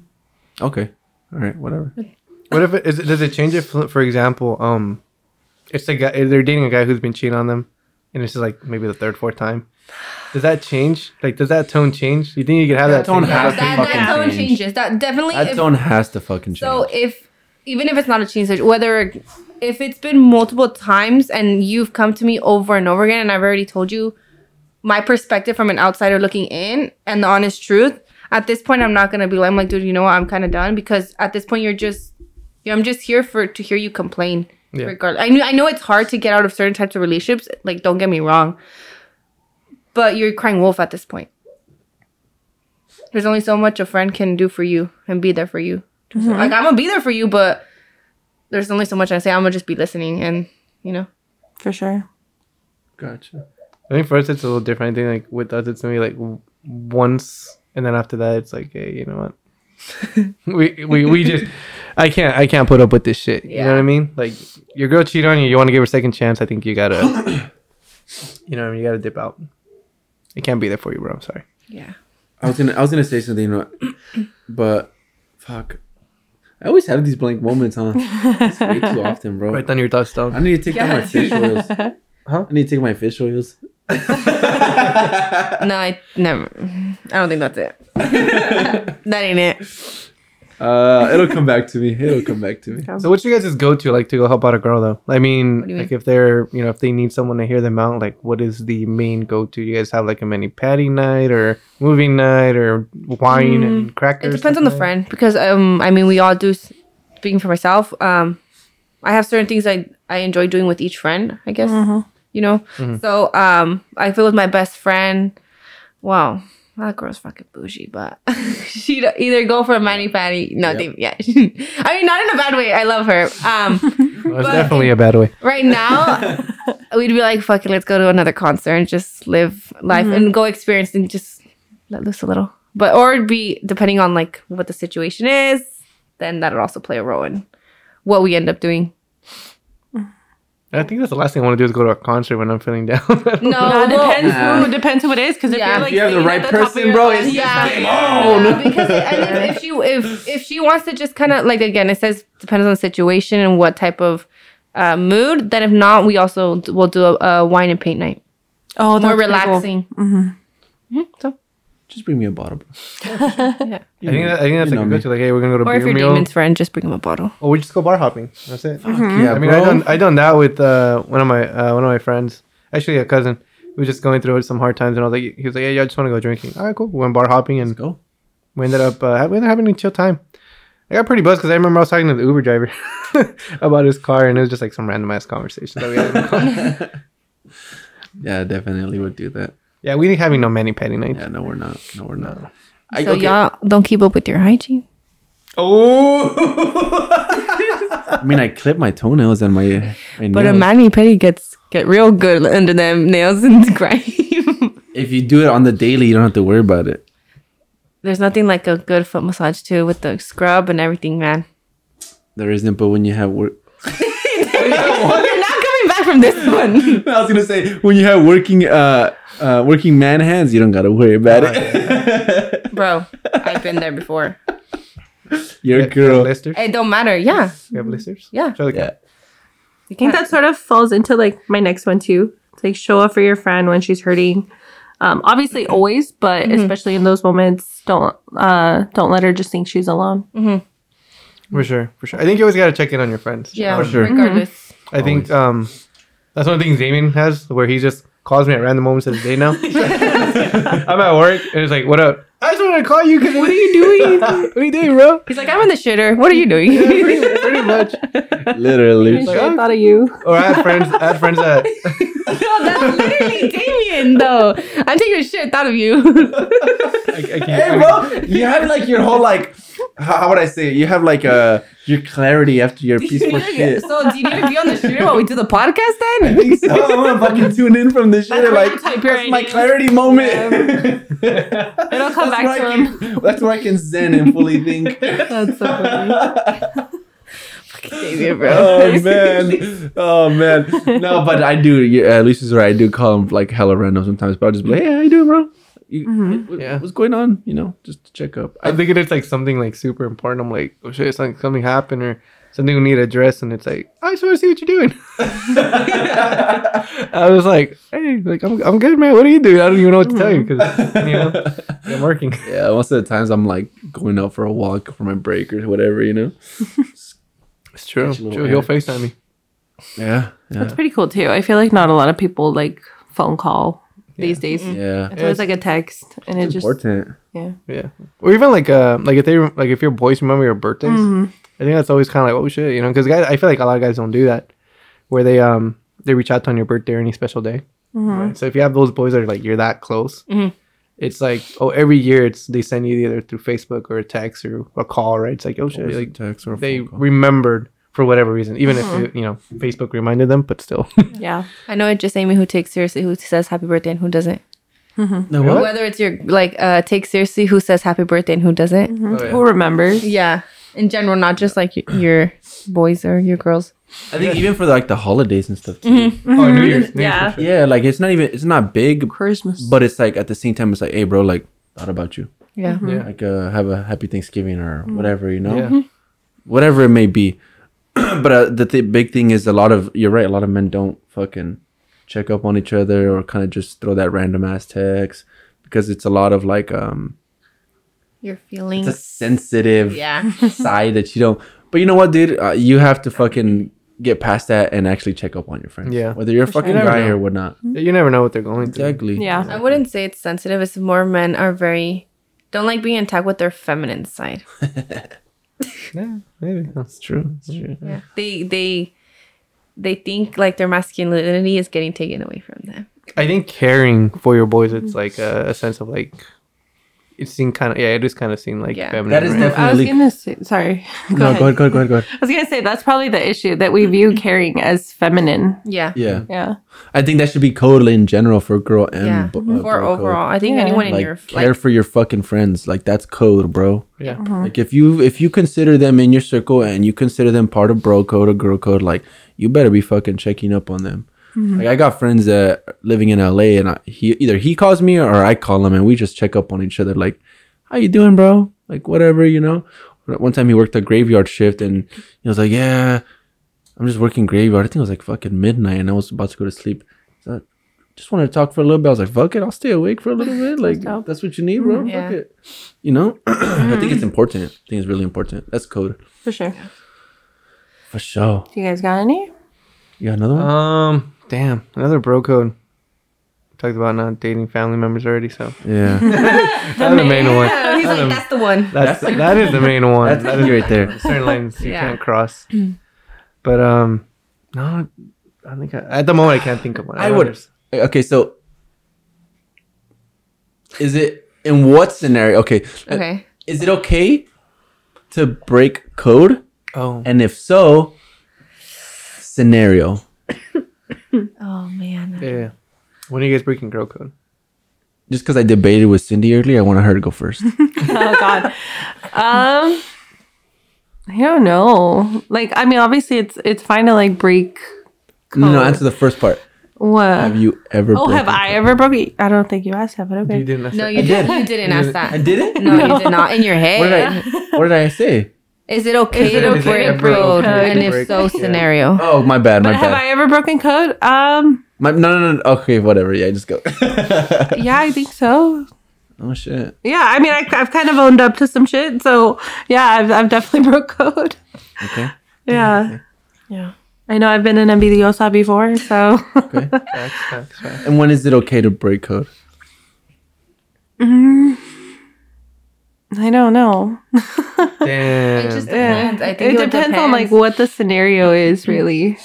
Speaker 2: okay. All right. Whatever.
Speaker 1: What if it, is it does it change it? For for example, um, it's a guy they're dating a guy who's been cheating on them, and this is like maybe the third, fourth time. Does that change? Like, does that tone change? You think you could have that,
Speaker 2: That tone
Speaker 1: same-
Speaker 2: has-
Speaker 4: that,
Speaker 2: to
Speaker 4: that,
Speaker 2: fucking
Speaker 4: that tone
Speaker 2: change.
Speaker 4: changes. That definitely.
Speaker 2: That
Speaker 4: if-
Speaker 2: tone has to fucking change.
Speaker 4: so if even if it's not a change, situ- whether if it's been multiple times and you've come to me over and over again, and I've already told you my perspective from an outsider looking in and the honest truth. At this point, I'm not gonna be like, I'm like, dude, you know what? I'm kind of done because at this point, you're just, you know, I'm just here for to hear you complain.
Speaker 1: Yeah.
Speaker 4: Regardless, I know, I know it's hard to get out of certain types of relationships. Like, don't get me wrong, but you're crying wolf at this point. There's only so much a friend can do for you and be there for you. Like, I'm gonna be there for you, but there's only so much I say. I'm gonna just be listening, and you know,
Speaker 3: For sure.
Speaker 2: gotcha.
Speaker 1: I think for us it's a little different. I think like with us it's maybe like w- once, and then after that it's like, hey, you know what? we, we we just I can't I can't put up with this shit. You know what I
Speaker 4: Yeah.
Speaker 1: mean? Like your girl cheated on you. You want to give her a second chance? I think you gotta, you know, what I mean? you gotta dip out. It can't be there for you, bro. I'm sorry.
Speaker 4: yeah.
Speaker 2: I was gonna. I was gonna say something, but- but fuck. I always have these blank moments, huh? It's way too often, bro.
Speaker 1: Right down your thoughts down.
Speaker 2: I need to take down my
Speaker 4: Yeah.
Speaker 2: fish oils. I need to take my fish oils.
Speaker 4: Uh, No, I never. I don't think that's it. that ain't it.
Speaker 2: Uh, it'll come back to me. It'll come back to me.
Speaker 1: So what's your guys' go to like to go help out a girl though? I mean,
Speaker 4: What do you
Speaker 1: like if they're you know if they need someone to hear them out, like what is the main go to? You guys have like a mini patty night or movie night or wine and
Speaker 4: Mm, It
Speaker 1: crackers.
Speaker 4: depends on the
Speaker 1: something like
Speaker 4: friend because um, I mean, we all do. s- Speaking for myself, um, I have certain things I I enjoy doing with each friend. I guess you know. So um, I feel with my best friend. Wow, that girl's fucking bougie, but she'd either go for a mani patty. No,
Speaker 2: Yep.
Speaker 4: they, yeah. I mean, not in a bad way. I love her. Um,
Speaker 1: that. Well, That's
Speaker 4: but-
Speaker 1: definitely a bad way.
Speaker 4: right now we'd be like fuck it let's go to another concert and just live life and go experience and just let loose a little but or it'd be depending on like what the situation is then that'd also play a role in what we end up doing
Speaker 1: I think that's the last thing I want to do is go to a concert when I'm feeling down.
Speaker 4: no
Speaker 3: No, it
Speaker 4: well-
Speaker 3: depends.
Speaker 2: Nah.
Speaker 3: Who, depends who it is. Because if
Speaker 4: Yeah.
Speaker 3: you're like
Speaker 2: If you have the
Speaker 3: sitting at
Speaker 2: right
Speaker 3: top of
Speaker 2: person,
Speaker 3: your
Speaker 2: bro,
Speaker 3: class-
Speaker 2: it's
Speaker 4: Yeah.
Speaker 2: game on.
Speaker 4: Yeah, because it, and if, if she if if she wants to just kind of like again it says depends on the situation and what type of uh, mood then if not we also d- will do a, a wine and paint night
Speaker 3: Oh, that's
Speaker 4: more
Speaker 3: pretty cool.
Speaker 4: relaxing Mhm, so
Speaker 2: Just bring me a bottle, bro.
Speaker 4: yeah
Speaker 1: I think that, I think that's like
Speaker 2: You
Speaker 1: a
Speaker 2: know
Speaker 1: go
Speaker 2: me.
Speaker 1: to. Like hey, we're gonna go to
Speaker 4: or if
Speaker 1: beer
Speaker 4: your
Speaker 1: meal,
Speaker 4: demon's friend just bring him a bottle
Speaker 1: or we just go bar hopping. That's it.
Speaker 4: Mm-hmm.
Speaker 2: Yeah,
Speaker 1: I mean, I done I done that with uh, one of my uh, one of my friends, actually a cousin. We were just going through some hard times, and I was like, he was like, "Yeah, yeah, I just want to go drinking." All right, cool. We went bar hopping and
Speaker 2: Let's go.
Speaker 1: we ended up uh, ha- we ended up having a chill time. I got pretty buzzed because I remember I was talking to the Uber driver about his car, and it was just like some random ass conversation that we had. in the car.
Speaker 2: Yeah, definitely would do that.
Speaker 1: yeah, we ain't having no mani petty night.
Speaker 2: Yeah, no, we're not. No, we're not.
Speaker 4: So y'all don't keep up with your hygiene.
Speaker 1: Oh!
Speaker 2: I mean, I clip my toenails and my. my
Speaker 4: But a
Speaker 2: nails.
Speaker 4: mani petty gets get real good under them nails and grime.
Speaker 2: if you do it on the daily, you don't have to worry about it.
Speaker 4: There's nothing like a good foot massage too with the scrub and everything, man.
Speaker 2: There isn't, but when you have work,
Speaker 4: You're not coming back from this one.
Speaker 2: I was gonna say when you have working, uh, uh, working man hands, you don't gotta worry about it.
Speaker 4: Bro, I've been there before.
Speaker 2: Your
Speaker 1: You have
Speaker 2: girl,
Speaker 1: blisters.
Speaker 4: It don't matter. Yeah.
Speaker 1: You have blisters.
Speaker 4: Yeah.
Speaker 1: Show the
Speaker 2: yeah,
Speaker 1: cat.
Speaker 4: You
Speaker 3: I think that sort of falls into like my next one too. It's like show up for your friend when she's hurting. Um, obviously always, but especially in those moments, don't uh don't let her just think she's alone.
Speaker 1: for sure, for sure. I think you always gotta check in on your friends. Um,
Speaker 4: Yeah,
Speaker 2: For sure.
Speaker 4: regardless.
Speaker 1: I think um, that's one of the things Damien has, where he just calls me at random moments of the day now. I'm at work, and it's like, "What up?" I just wanted to call you because what are you doing? what are you doing, bro?
Speaker 4: He's like, I'm in the shitter. What are you doing?
Speaker 1: pretty, pretty much.
Speaker 2: literally.
Speaker 1: Sure.
Speaker 3: I thought of you.
Speaker 1: Or I had friends. I had friends that
Speaker 4: no, that's literally Damien, though. I'm taking a shit out of you.
Speaker 1: I, I can't.
Speaker 2: Hey, bro, you have like your whole like, how, how would I say? It? You have like uh your clarity after your peaceful shit.
Speaker 4: so, do you need to be on the shitter while we do the podcast
Speaker 2: I
Speaker 4: then?
Speaker 2: think so. I'm gonna fucking tune in from this shit. Like, that's my clarity moment.
Speaker 3: It'll come
Speaker 2: That's
Speaker 3: back
Speaker 2: where
Speaker 3: to
Speaker 2: I
Speaker 3: him.
Speaker 2: can- That's where I can zen and fully think.
Speaker 4: That's so funny. Damien, bro.
Speaker 2: oh man, oh man. No, but I do. Yeah, at least is right. I do call him like hella random sometimes, but I'll just be like, "Hey, how you doing, bro? You, what-
Speaker 1: Yeah.
Speaker 2: what's going on? You know, just to check up." I,
Speaker 1: I'm thinking it's like something like super important. I'm like, oh shit, something, something happened or something we need to address, and it's like, I just want to see what you're doing. I was like, hey, like I'm, I'm good, man. What do you do? I don't even know what to tell you because you know I'm working.
Speaker 2: yeah, most of the times I'm like going out for a walk for my break or whatever, you know.
Speaker 1: It's true.
Speaker 2: Catch a little
Speaker 1: true. He'll
Speaker 2: air.
Speaker 1: Facetime me.
Speaker 2: Yeah, yeah,
Speaker 3: It's pretty cool too. I feel like not a lot of people like phone call these days.
Speaker 2: yeah. Mm-hmm.
Speaker 3: It's always like a text and it just
Speaker 2: important.
Speaker 3: yeah.
Speaker 1: Yeah, or even like uh, like if they rem- like if your boys remember your birthdays, I think that's always kind of like oh shit, you know, because guys, I feel like a lot of guys don't do that, where they um they reach out to you on your birthday or any special day. Right? So if you have those boys that are like you're that close, it's like oh every year it's they send you either through Facebook or a text or a call, right? It's like oh shit,
Speaker 2: Always a
Speaker 1: like
Speaker 2: text or a
Speaker 1: they
Speaker 2: phone call.
Speaker 1: remembered for whatever reason, even if it, you know Facebook reminded them, but still.
Speaker 3: Yeah.
Speaker 4: I know it's just Amy who takes seriously who says happy birthday and who doesn't.
Speaker 2: no,
Speaker 1: What?
Speaker 4: Whether it's your like uh take seriously who says happy birthday and who doesn't.
Speaker 2: Oh,
Speaker 3: Who remembers?
Speaker 4: Yeah. In general, not just like y- your boys or your girls.
Speaker 2: I think even for like the holidays and stuff. Too.
Speaker 1: Oh, New Year's, New Year's
Speaker 3: Yeah.
Speaker 1: for sure.
Speaker 2: Yeah, like it's not even it's not big,
Speaker 3: Christmas.
Speaker 2: but it's like at the same time it's like, hey, bro, like thought about you.
Speaker 4: Yeah.
Speaker 1: Yeah.
Speaker 2: like uh, have a happy Thanksgiving or whatever, you know,
Speaker 1: Yeah.
Speaker 2: whatever it may be. but uh, the th- big thing is a lot of you're right. A lot of men don't fucking check up on each other or kind of just throw that random ass text because it's a lot of like um
Speaker 4: Your
Speaker 2: it's a
Speaker 4: feelings.
Speaker 2: sensitive
Speaker 4: Yeah.
Speaker 2: side that you don't. But you know what, dude, uh, you have to fucking get past that and actually check up on your friends.
Speaker 1: Yeah.
Speaker 2: whether you're a fucking
Speaker 1: never
Speaker 2: guy
Speaker 1: know.
Speaker 2: or whatnot.
Speaker 1: You never know what they're going through.
Speaker 2: Exactly.
Speaker 4: I
Speaker 3: Yeah.
Speaker 4: wouldn't say it's sensitive. It's more men are very don't like being in touch with their feminine side.
Speaker 1: Yeah, maybe that's true. That's true.
Speaker 4: Yeah. They they they think like their masculinity is getting taken away from them.
Speaker 1: I think caring for your boys, it's like a, a sense of like, it seemed kind of yeah, it just kind of seemed like
Speaker 4: Yeah.
Speaker 1: feminine.
Speaker 2: That is
Speaker 1: right?
Speaker 2: definitely.
Speaker 3: I was gonna say sorry. Go
Speaker 2: no,
Speaker 3: ahead.
Speaker 2: go ahead, go ahead, go ahead, go ahead.
Speaker 3: I was gonna say that's probably the issue that we view caring as feminine.
Speaker 4: Yeah.
Speaker 2: Yeah.
Speaker 3: Yeah.
Speaker 2: I think that should be code in general for girl and
Speaker 4: Yeah.
Speaker 2: bo- uh, bro
Speaker 4: Or
Speaker 2: code.
Speaker 4: overall. I think
Speaker 3: Yeah.
Speaker 4: anyone in
Speaker 2: like
Speaker 4: your
Speaker 2: care for your fucking friends like that's code bro
Speaker 1: yeah.
Speaker 2: like if you if you consider them in your circle and you consider them part of bro code or girl code like you better be fucking checking up on them like i got friends that are living in la and I, he either he calls me or i call him and we just check up on each other like how you doing bro like whatever you know one time he worked a graveyard shift and he was like yeah i'm just working graveyard i think it was like fucking midnight and i was about to go to sleep so just wanted to talk for a little bit. I was like, fuck it, I'll stay awake for a little bit. Like,
Speaker 3: dope.
Speaker 2: that's Mm-hmm. what you need, bro.
Speaker 4: Yeah.
Speaker 2: Fuck it you know i think it's important i think it's really important that's code
Speaker 3: For sure.
Speaker 2: for sure
Speaker 3: You guys got any?
Speaker 2: Uh, you got another one
Speaker 1: Um, damn, another bro code. talked about not dating family members already, so
Speaker 2: Yeah.
Speaker 1: that's the main one.
Speaker 4: Yeah, Oh, he's like, that's the one.
Speaker 1: That's, that is the main one.
Speaker 2: That's
Speaker 1: That
Speaker 2: key
Speaker 1: is-
Speaker 2: right there.
Speaker 1: Certain lines you
Speaker 4: Yeah.
Speaker 1: can't cross. But um, no, I think I, at the moment I can't think of one.
Speaker 2: I would.
Speaker 1: Others.
Speaker 2: Okay, so is it in what scenario? Okay. uh,
Speaker 4: Okay.
Speaker 2: Is it okay to break code?
Speaker 1: Oh,
Speaker 2: And if so, scenario.
Speaker 4: Oh man.
Speaker 1: yeah. When are you guys breaking girl code?
Speaker 2: Just because I debated with Cindy earlier, I wanted her to go first.
Speaker 3: oh god um i don't know like i mean obviously it's it's fine to like break
Speaker 2: No, no,
Speaker 3: code.
Speaker 2: answer the first part.
Speaker 3: what
Speaker 2: Have you ever?
Speaker 3: oh have
Speaker 2: broken
Speaker 3: i ever broke it? i don't think you asked that but okay
Speaker 1: You didn't.
Speaker 4: No, you
Speaker 2: did.
Speaker 4: did. You didn't ask
Speaker 2: I
Speaker 4: that.
Speaker 2: did it.
Speaker 4: No, you did not. In your
Speaker 2: What did
Speaker 4: head.
Speaker 2: I? What did I say?
Speaker 4: Is it okay
Speaker 1: it-
Speaker 4: to
Speaker 1: is it
Speaker 4: break
Speaker 1: ever
Speaker 4: road?
Speaker 1: okay to
Speaker 4: And if
Speaker 1: break-
Speaker 4: so,
Speaker 1: yeah.
Speaker 4: scenario.
Speaker 2: Oh, my bad. My
Speaker 3: but have
Speaker 2: bad.
Speaker 3: i ever broken code um
Speaker 2: My, no, no, no. Okay, whatever. Yeah, just go.
Speaker 3: yeah i think so
Speaker 2: oh shit.
Speaker 3: yeah i mean I, i've kind of owned up to some shit so yeah i've, I've definitely broke code
Speaker 2: Okay.
Speaker 3: yeah
Speaker 4: Yeah.
Speaker 3: i know i've been an envidiosa before so
Speaker 2: Okay.
Speaker 1: Facts, facts, facts.
Speaker 2: and when is it okay to break code?
Speaker 3: i don't know
Speaker 1: Damn.
Speaker 4: It just
Speaker 3: Yeah.
Speaker 4: depends. I think
Speaker 3: it, depends, on like what the scenario is really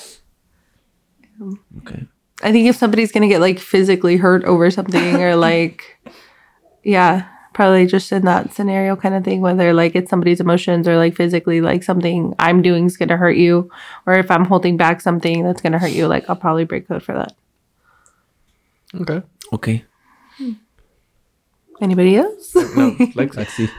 Speaker 2: Okay.
Speaker 3: i think if somebody's gonna get like physically hurt over something or like yeah probably just in that scenario kind of thing whether like it's somebody's emotions or like physically like something i'm doing is gonna hurt you or if i'm holding back something that's gonna hurt you like i'll probably break code for that
Speaker 1: okay.
Speaker 2: Okay.
Speaker 3: anybody else
Speaker 1: No, Lex, have
Speaker 2: Let's see.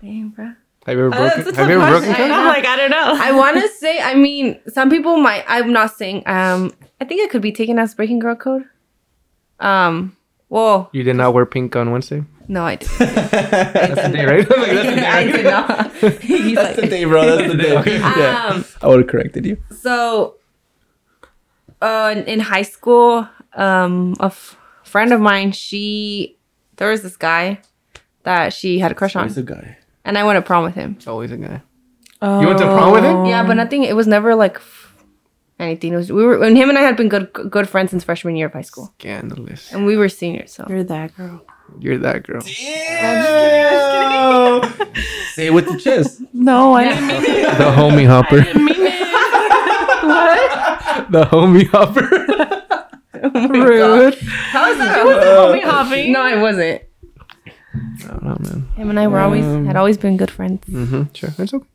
Speaker 4: Dang, bro.
Speaker 1: you ever broken? have
Speaker 3: That's Uh, a
Speaker 1: you
Speaker 3: tough
Speaker 1: ever
Speaker 3: question.
Speaker 1: broken code?
Speaker 3: I'm like, I don't know.
Speaker 4: I want to say, I mean, some people might. I'm not saying. Um, I think it could be taken as breaking girl code. Um. Whoa.
Speaker 1: You did not wear pink on Wednesday.
Speaker 4: No, I did.
Speaker 1: That's the day, right? Like, that's the day,
Speaker 4: I
Speaker 1: right?
Speaker 4: did not. He's
Speaker 2: That's the
Speaker 4: like,
Speaker 2: day, bro. That's the day. yeah.
Speaker 4: um.
Speaker 2: I would have corrected you.
Speaker 4: So, uh, in- in high school, um, a f- friend of mine, she there was this guy that she had a crush
Speaker 2: He's a
Speaker 4: on,
Speaker 2: guy.
Speaker 4: and I went to prom with him.
Speaker 1: It's always a guy. You went to prom with
Speaker 3: Oh.
Speaker 1: him?
Speaker 4: Yeah, but nothing. It was never like f- anything. It was we were and him and I had been good good friends since freshman year of high school,
Speaker 1: Scandalous.
Speaker 4: and we were seniors. So
Speaker 3: You're that girl.
Speaker 1: You're that girl.
Speaker 2: Say it with the chest.
Speaker 3: No, I didn't mean it.
Speaker 1: The homie hopper.
Speaker 3: What?
Speaker 1: The homie hopper.
Speaker 3: Rude.
Speaker 4: Oh how is that? Was
Speaker 3: homie hopping?
Speaker 4: No, it wasn't.
Speaker 1: I don't know, man.
Speaker 4: Him and I were always had always been good friends.
Speaker 1: Mm-hmm. Sure. It's okay.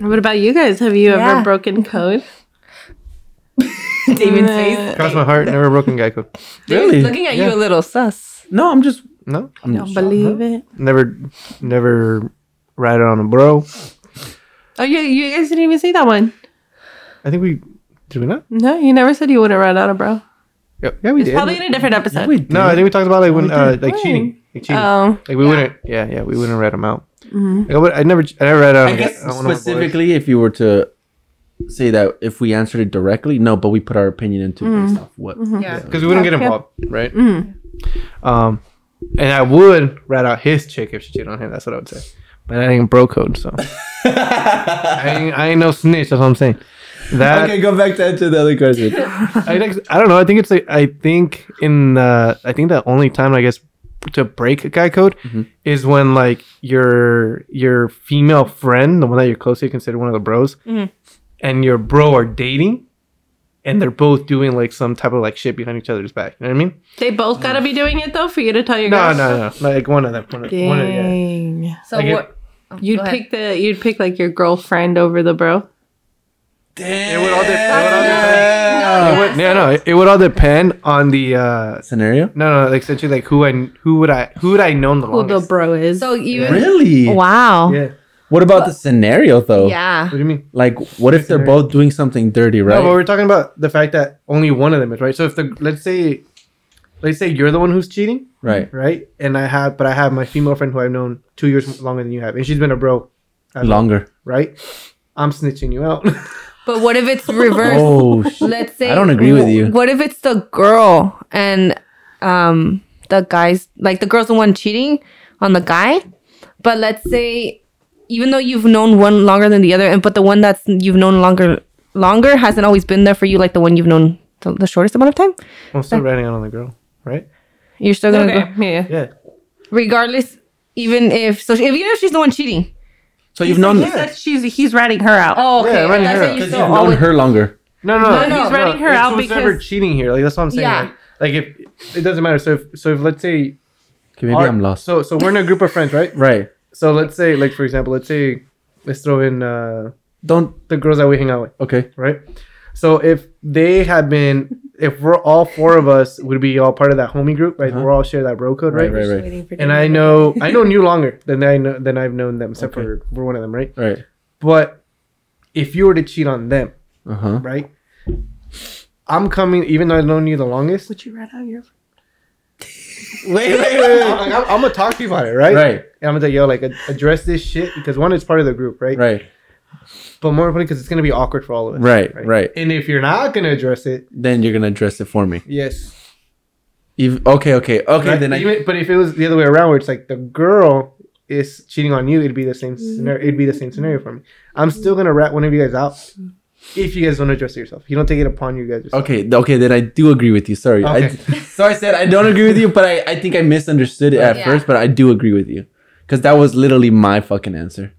Speaker 3: What about you guys? Have you ever
Speaker 4: Yeah.
Speaker 3: broken code?
Speaker 4: Damon's face.
Speaker 1: Cross my heart. Never broken guy code.
Speaker 2: Really?
Speaker 4: Looking at you a little sus.
Speaker 2: No, I'm just.
Speaker 1: No.
Speaker 2: I'm
Speaker 3: Don't believe it.
Speaker 1: Never, never ride on a bro.
Speaker 3: Oh, you, you guys didn't even see that one.
Speaker 1: I think we did we not?
Speaker 3: No, you never said you wouldn't run out of bro.
Speaker 1: Yeah, yeah we
Speaker 3: It's
Speaker 1: did.
Speaker 3: probably in a different episode.
Speaker 2: Wait,
Speaker 1: no, I think we talked about like when
Speaker 2: we
Speaker 1: uh,
Speaker 2: did.
Speaker 1: like
Speaker 3: When?
Speaker 1: cheating, like cheating.
Speaker 3: Oh, Mm-hmm.
Speaker 1: like we wouldn't. Yeah, yeah, we wouldn't rat him out. Like, I, would, I never. I never rat out.
Speaker 2: I guess specifically, if you were to say that if we answered it directly, no, but we put our opinion into
Speaker 3: Mm-hmm.
Speaker 2: based off what.
Speaker 4: Yeah.
Speaker 1: because we wouldn't get
Speaker 3: Yeah.
Speaker 1: involved, right? Um, and I would rat out his chick if she cheated on him. That's what I would say. But I ain't bro code, so I ain't, I ain't no snitch. That's what I'm saying. That
Speaker 2: Okay, go back to answer the other question.
Speaker 1: I, think- I don't know. I think it's like I think in the I think the only time I guess to break a guy code is when like your your female friend, the one that you're closely considered one of the bros, and your bro are dating, and they're both doing like some type of like shit behind each other's back. You know what I mean?
Speaker 3: they both gotta be doing it though for you to tell your
Speaker 1: No,
Speaker 3: girl.
Speaker 1: no, no. Like one of them. One of, one of yeah.
Speaker 3: Dang.
Speaker 4: So
Speaker 1: Like it-
Speaker 4: what? oh,
Speaker 3: You'd
Speaker 4: go ahead.
Speaker 3: pick the you'd pick like your girlfriend over the bro.
Speaker 2: Damn.
Speaker 1: It would all de- it would all
Speaker 4: No,
Speaker 1: It
Speaker 4: yeah,
Speaker 1: would, no, Uh, no. It, it would all depend on the uh
Speaker 2: Scenario?
Speaker 1: no, no. Like essentially, like who I who would I who would I known the
Speaker 3: Who the
Speaker 1: longest?
Speaker 3: bro is.
Speaker 4: So you
Speaker 2: Really?
Speaker 4: wow.
Speaker 1: yeah.
Speaker 2: What about the scenario though?
Speaker 4: Yeah.
Speaker 1: What do you mean?
Speaker 2: Like, what if they're both doing something dirty, right?
Speaker 1: No, but we're talking about the fact that only one of them is right. So if the let's say, let's say you're the one who's cheating,
Speaker 2: right.
Speaker 1: right? And I have, but I have my female friend who I've known two years longer than you have, and she's been a bro, as well,
Speaker 2: Longer.
Speaker 1: right? I'm snitching you out.
Speaker 4: But what if it's reversed?
Speaker 2: Oh, shit.
Speaker 4: Let's say
Speaker 2: I don't agree with you.
Speaker 4: What if it's the girl and um the guys like the girl's the one cheating on the guy? But let's say even though you've known one longer than the other, and but the one that's you've known longer longer hasn't always been there for you, like the one you've known the, the shortest amount of time.
Speaker 1: I'm still ratting out on the girl. right?
Speaker 4: You're still gonna
Speaker 3: Okay.
Speaker 4: go. Yeah.
Speaker 1: Yeah.
Speaker 4: Regardless, even if so, if even if she's the one cheating.
Speaker 2: So you've known
Speaker 3: He said she's he's ratting her out.
Speaker 4: Oh, okay.
Speaker 1: Yeah, running
Speaker 4: that's
Speaker 1: her up.
Speaker 4: what you
Speaker 2: Because
Speaker 4: still
Speaker 2: you've known
Speaker 4: always-
Speaker 2: her longer.
Speaker 1: No, no,
Speaker 4: No, no,
Speaker 1: it's
Speaker 4: no,
Speaker 3: writing her
Speaker 1: it's
Speaker 3: out
Speaker 1: who's
Speaker 3: because-
Speaker 1: ever cheating here. Like that's what I'm saying.
Speaker 4: Yeah.
Speaker 1: Like, like if it doesn't matter. So if so if let's say
Speaker 2: Okay, maybe
Speaker 1: our-
Speaker 2: I'm lost.
Speaker 1: So so we're in a group of friends, right?
Speaker 2: right.
Speaker 1: So let's say like for example, let's say let's throw in uh
Speaker 2: Don't.
Speaker 1: the girls that we hang out with,
Speaker 2: Okay.
Speaker 1: right? So if they had been, if we're all four of us would be all part of that homie group, right?
Speaker 2: Uh-huh.
Speaker 1: We're all share that bro code,
Speaker 2: Right.
Speaker 1: right?
Speaker 2: Right. Right.
Speaker 4: Waiting for
Speaker 1: And
Speaker 4: dinner.
Speaker 1: I know I know you longer than I know than I've known them, except
Speaker 2: Okay.
Speaker 1: for for one of them, right?
Speaker 2: Right.
Speaker 1: But if you were to cheat on them,
Speaker 2: Uh huh.
Speaker 1: right? I'm coming, even though I've known you the longest.
Speaker 3: Would you rat out your?
Speaker 1: Wait, wait, wait. wait. I'm, I'm, gonna talk to you about it, right?
Speaker 2: Right.
Speaker 1: And I'm gonna tell yo, like, ad- address this shit because one, it's part of the group, right?
Speaker 2: Right.
Speaker 1: But more importantly, because it's gonna be awkward for all of us.
Speaker 2: Right, right.
Speaker 1: And if you're not gonna address it,
Speaker 2: Then you're gonna address it for me.
Speaker 1: yes.
Speaker 2: Ev- okay. Okay. Okay.
Speaker 1: Right?
Speaker 2: Then I.
Speaker 1: Even- but if it was the other way around, where it's like the girl is cheating on you, it'd be the same scenario. It'd be the same scenario for me. I'm still gonna rat one of you guys out if you guys don't address it yourself. You don't take it upon you guys. Yourself.
Speaker 2: Okay, th- okay, then I do agree with you. Sorry. I,
Speaker 1: Okay.
Speaker 2: so I said I don't agree with you, but I, I think I misunderstood it at
Speaker 4: Yeah.
Speaker 2: first, but I do agree with you. Because that was literally my fucking answer.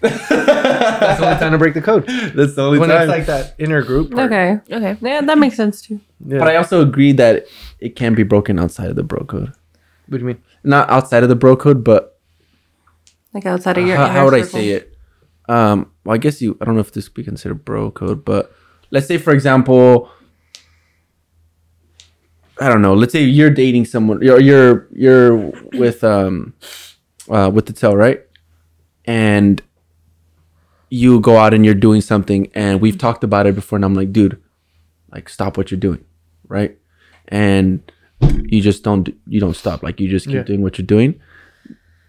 Speaker 1: That's the only time to break the code.
Speaker 2: That's the only
Speaker 1: When
Speaker 2: time.
Speaker 1: it's like that inner group. or-
Speaker 3: Okay.
Speaker 4: Oh, Okay.
Speaker 3: Yeah, that makes sense too.
Speaker 1: Yeah.
Speaker 2: But I also agree that it can be broken outside of the bro code.
Speaker 1: what do you mean?
Speaker 2: Not outside of the bro code, but
Speaker 3: Like outside of your.
Speaker 2: how,
Speaker 3: inner
Speaker 2: how would I
Speaker 3: circle.
Speaker 2: say it? Um, well, I guess you. I don't know if this we consider bro code, but let's say, for example, I don't know. Let's say you're dating someone. You're you're you're with um, uh, with the tell right, and you go out and you're doing something, and
Speaker 1: Mm-hmm.
Speaker 2: we've talked about it before, and I'm like, dude, like stop what you're doing, right? And you just don't you don't stop. Like you just keep
Speaker 1: Yeah.
Speaker 2: doing what you're doing.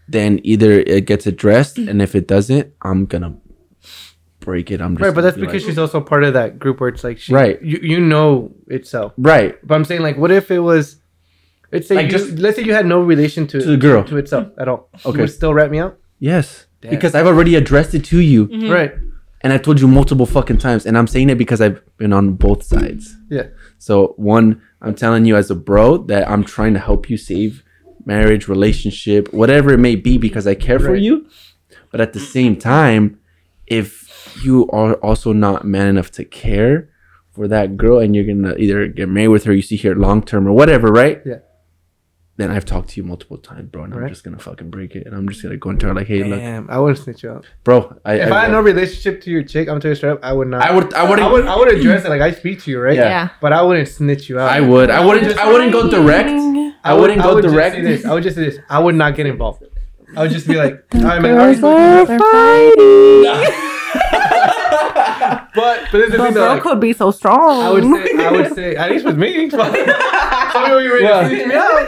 Speaker 2: Then either it gets addressed,
Speaker 1: Mm-hmm.
Speaker 2: and if it doesn't, I'm gonna break it. I'm just
Speaker 1: Right, but
Speaker 2: gonna
Speaker 1: that's
Speaker 2: be
Speaker 1: because
Speaker 2: like-
Speaker 1: she's also part of that group where it's like she,
Speaker 2: Right.
Speaker 1: You you know itself.
Speaker 2: right.
Speaker 1: But I'm saying like, what if it was? Let's say
Speaker 2: Like,
Speaker 1: you,
Speaker 2: just-
Speaker 1: let's say you had no relation to
Speaker 2: To the girl.
Speaker 1: to itself at all.
Speaker 2: Okay.
Speaker 1: you would still rat me out.
Speaker 2: Yes, because I've already addressed it to you,
Speaker 1: Right.
Speaker 2: and I've told you multiple fucking times, and I'm saying it because I've been on both sides.
Speaker 1: Yeah.
Speaker 2: So one, I'm telling you as a bro that I'm trying to help you save marriage, relationship, whatever it may be, because I care for
Speaker 1: Right.
Speaker 2: you. But at the same time, if you are also not man enough to care for that girl and you're gonna either get married with her, you see here long term or whatever, right?
Speaker 1: Yeah.
Speaker 2: Then I've talked to you multiple times, bro, and I'm
Speaker 1: Right.
Speaker 2: just gonna fucking break it, and I'm just gonna go into her like, hey, look,
Speaker 1: Damn, I wouldn't snitch you out.
Speaker 2: bro, I,
Speaker 1: If I, had
Speaker 2: I,
Speaker 1: no relationship to your chick, I'm telling you straight up, I would not.
Speaker 2: I would, I wouldn't,
Speaker 1: I would. I would address it like I speak to you, right?
Speaker 2: Yeah.
Speaker 4: Yeah.
Speaker 1: But I wouldn't snitch you out.
Speaker 2: I would, I wouldn't, I wouldn't go direct. I
Speaker 1: would-
Speaker 2: wouldn't
Speaker 1: I
Speaker 2: go
Speaker 1: would just
Speaker 2: direct.
Speaker 1: say this. I would just say this. I would not get involved. I would just be like, all right, man.
Speaker 3: Girls
Speaker 1: all right,
Speaker 3: are fighting.
Speaker 1: but but this is the
Speaker 3: The
Speaker 1: thing though.
Speaker 3: bro
Speaker 1: like,
Speaker 3: could be so strong.
Speaker 1: I would say, I would say, at least with me. Tell me when you're ready
Speaker 2: Yeah.
Speaker 1: to finish me out.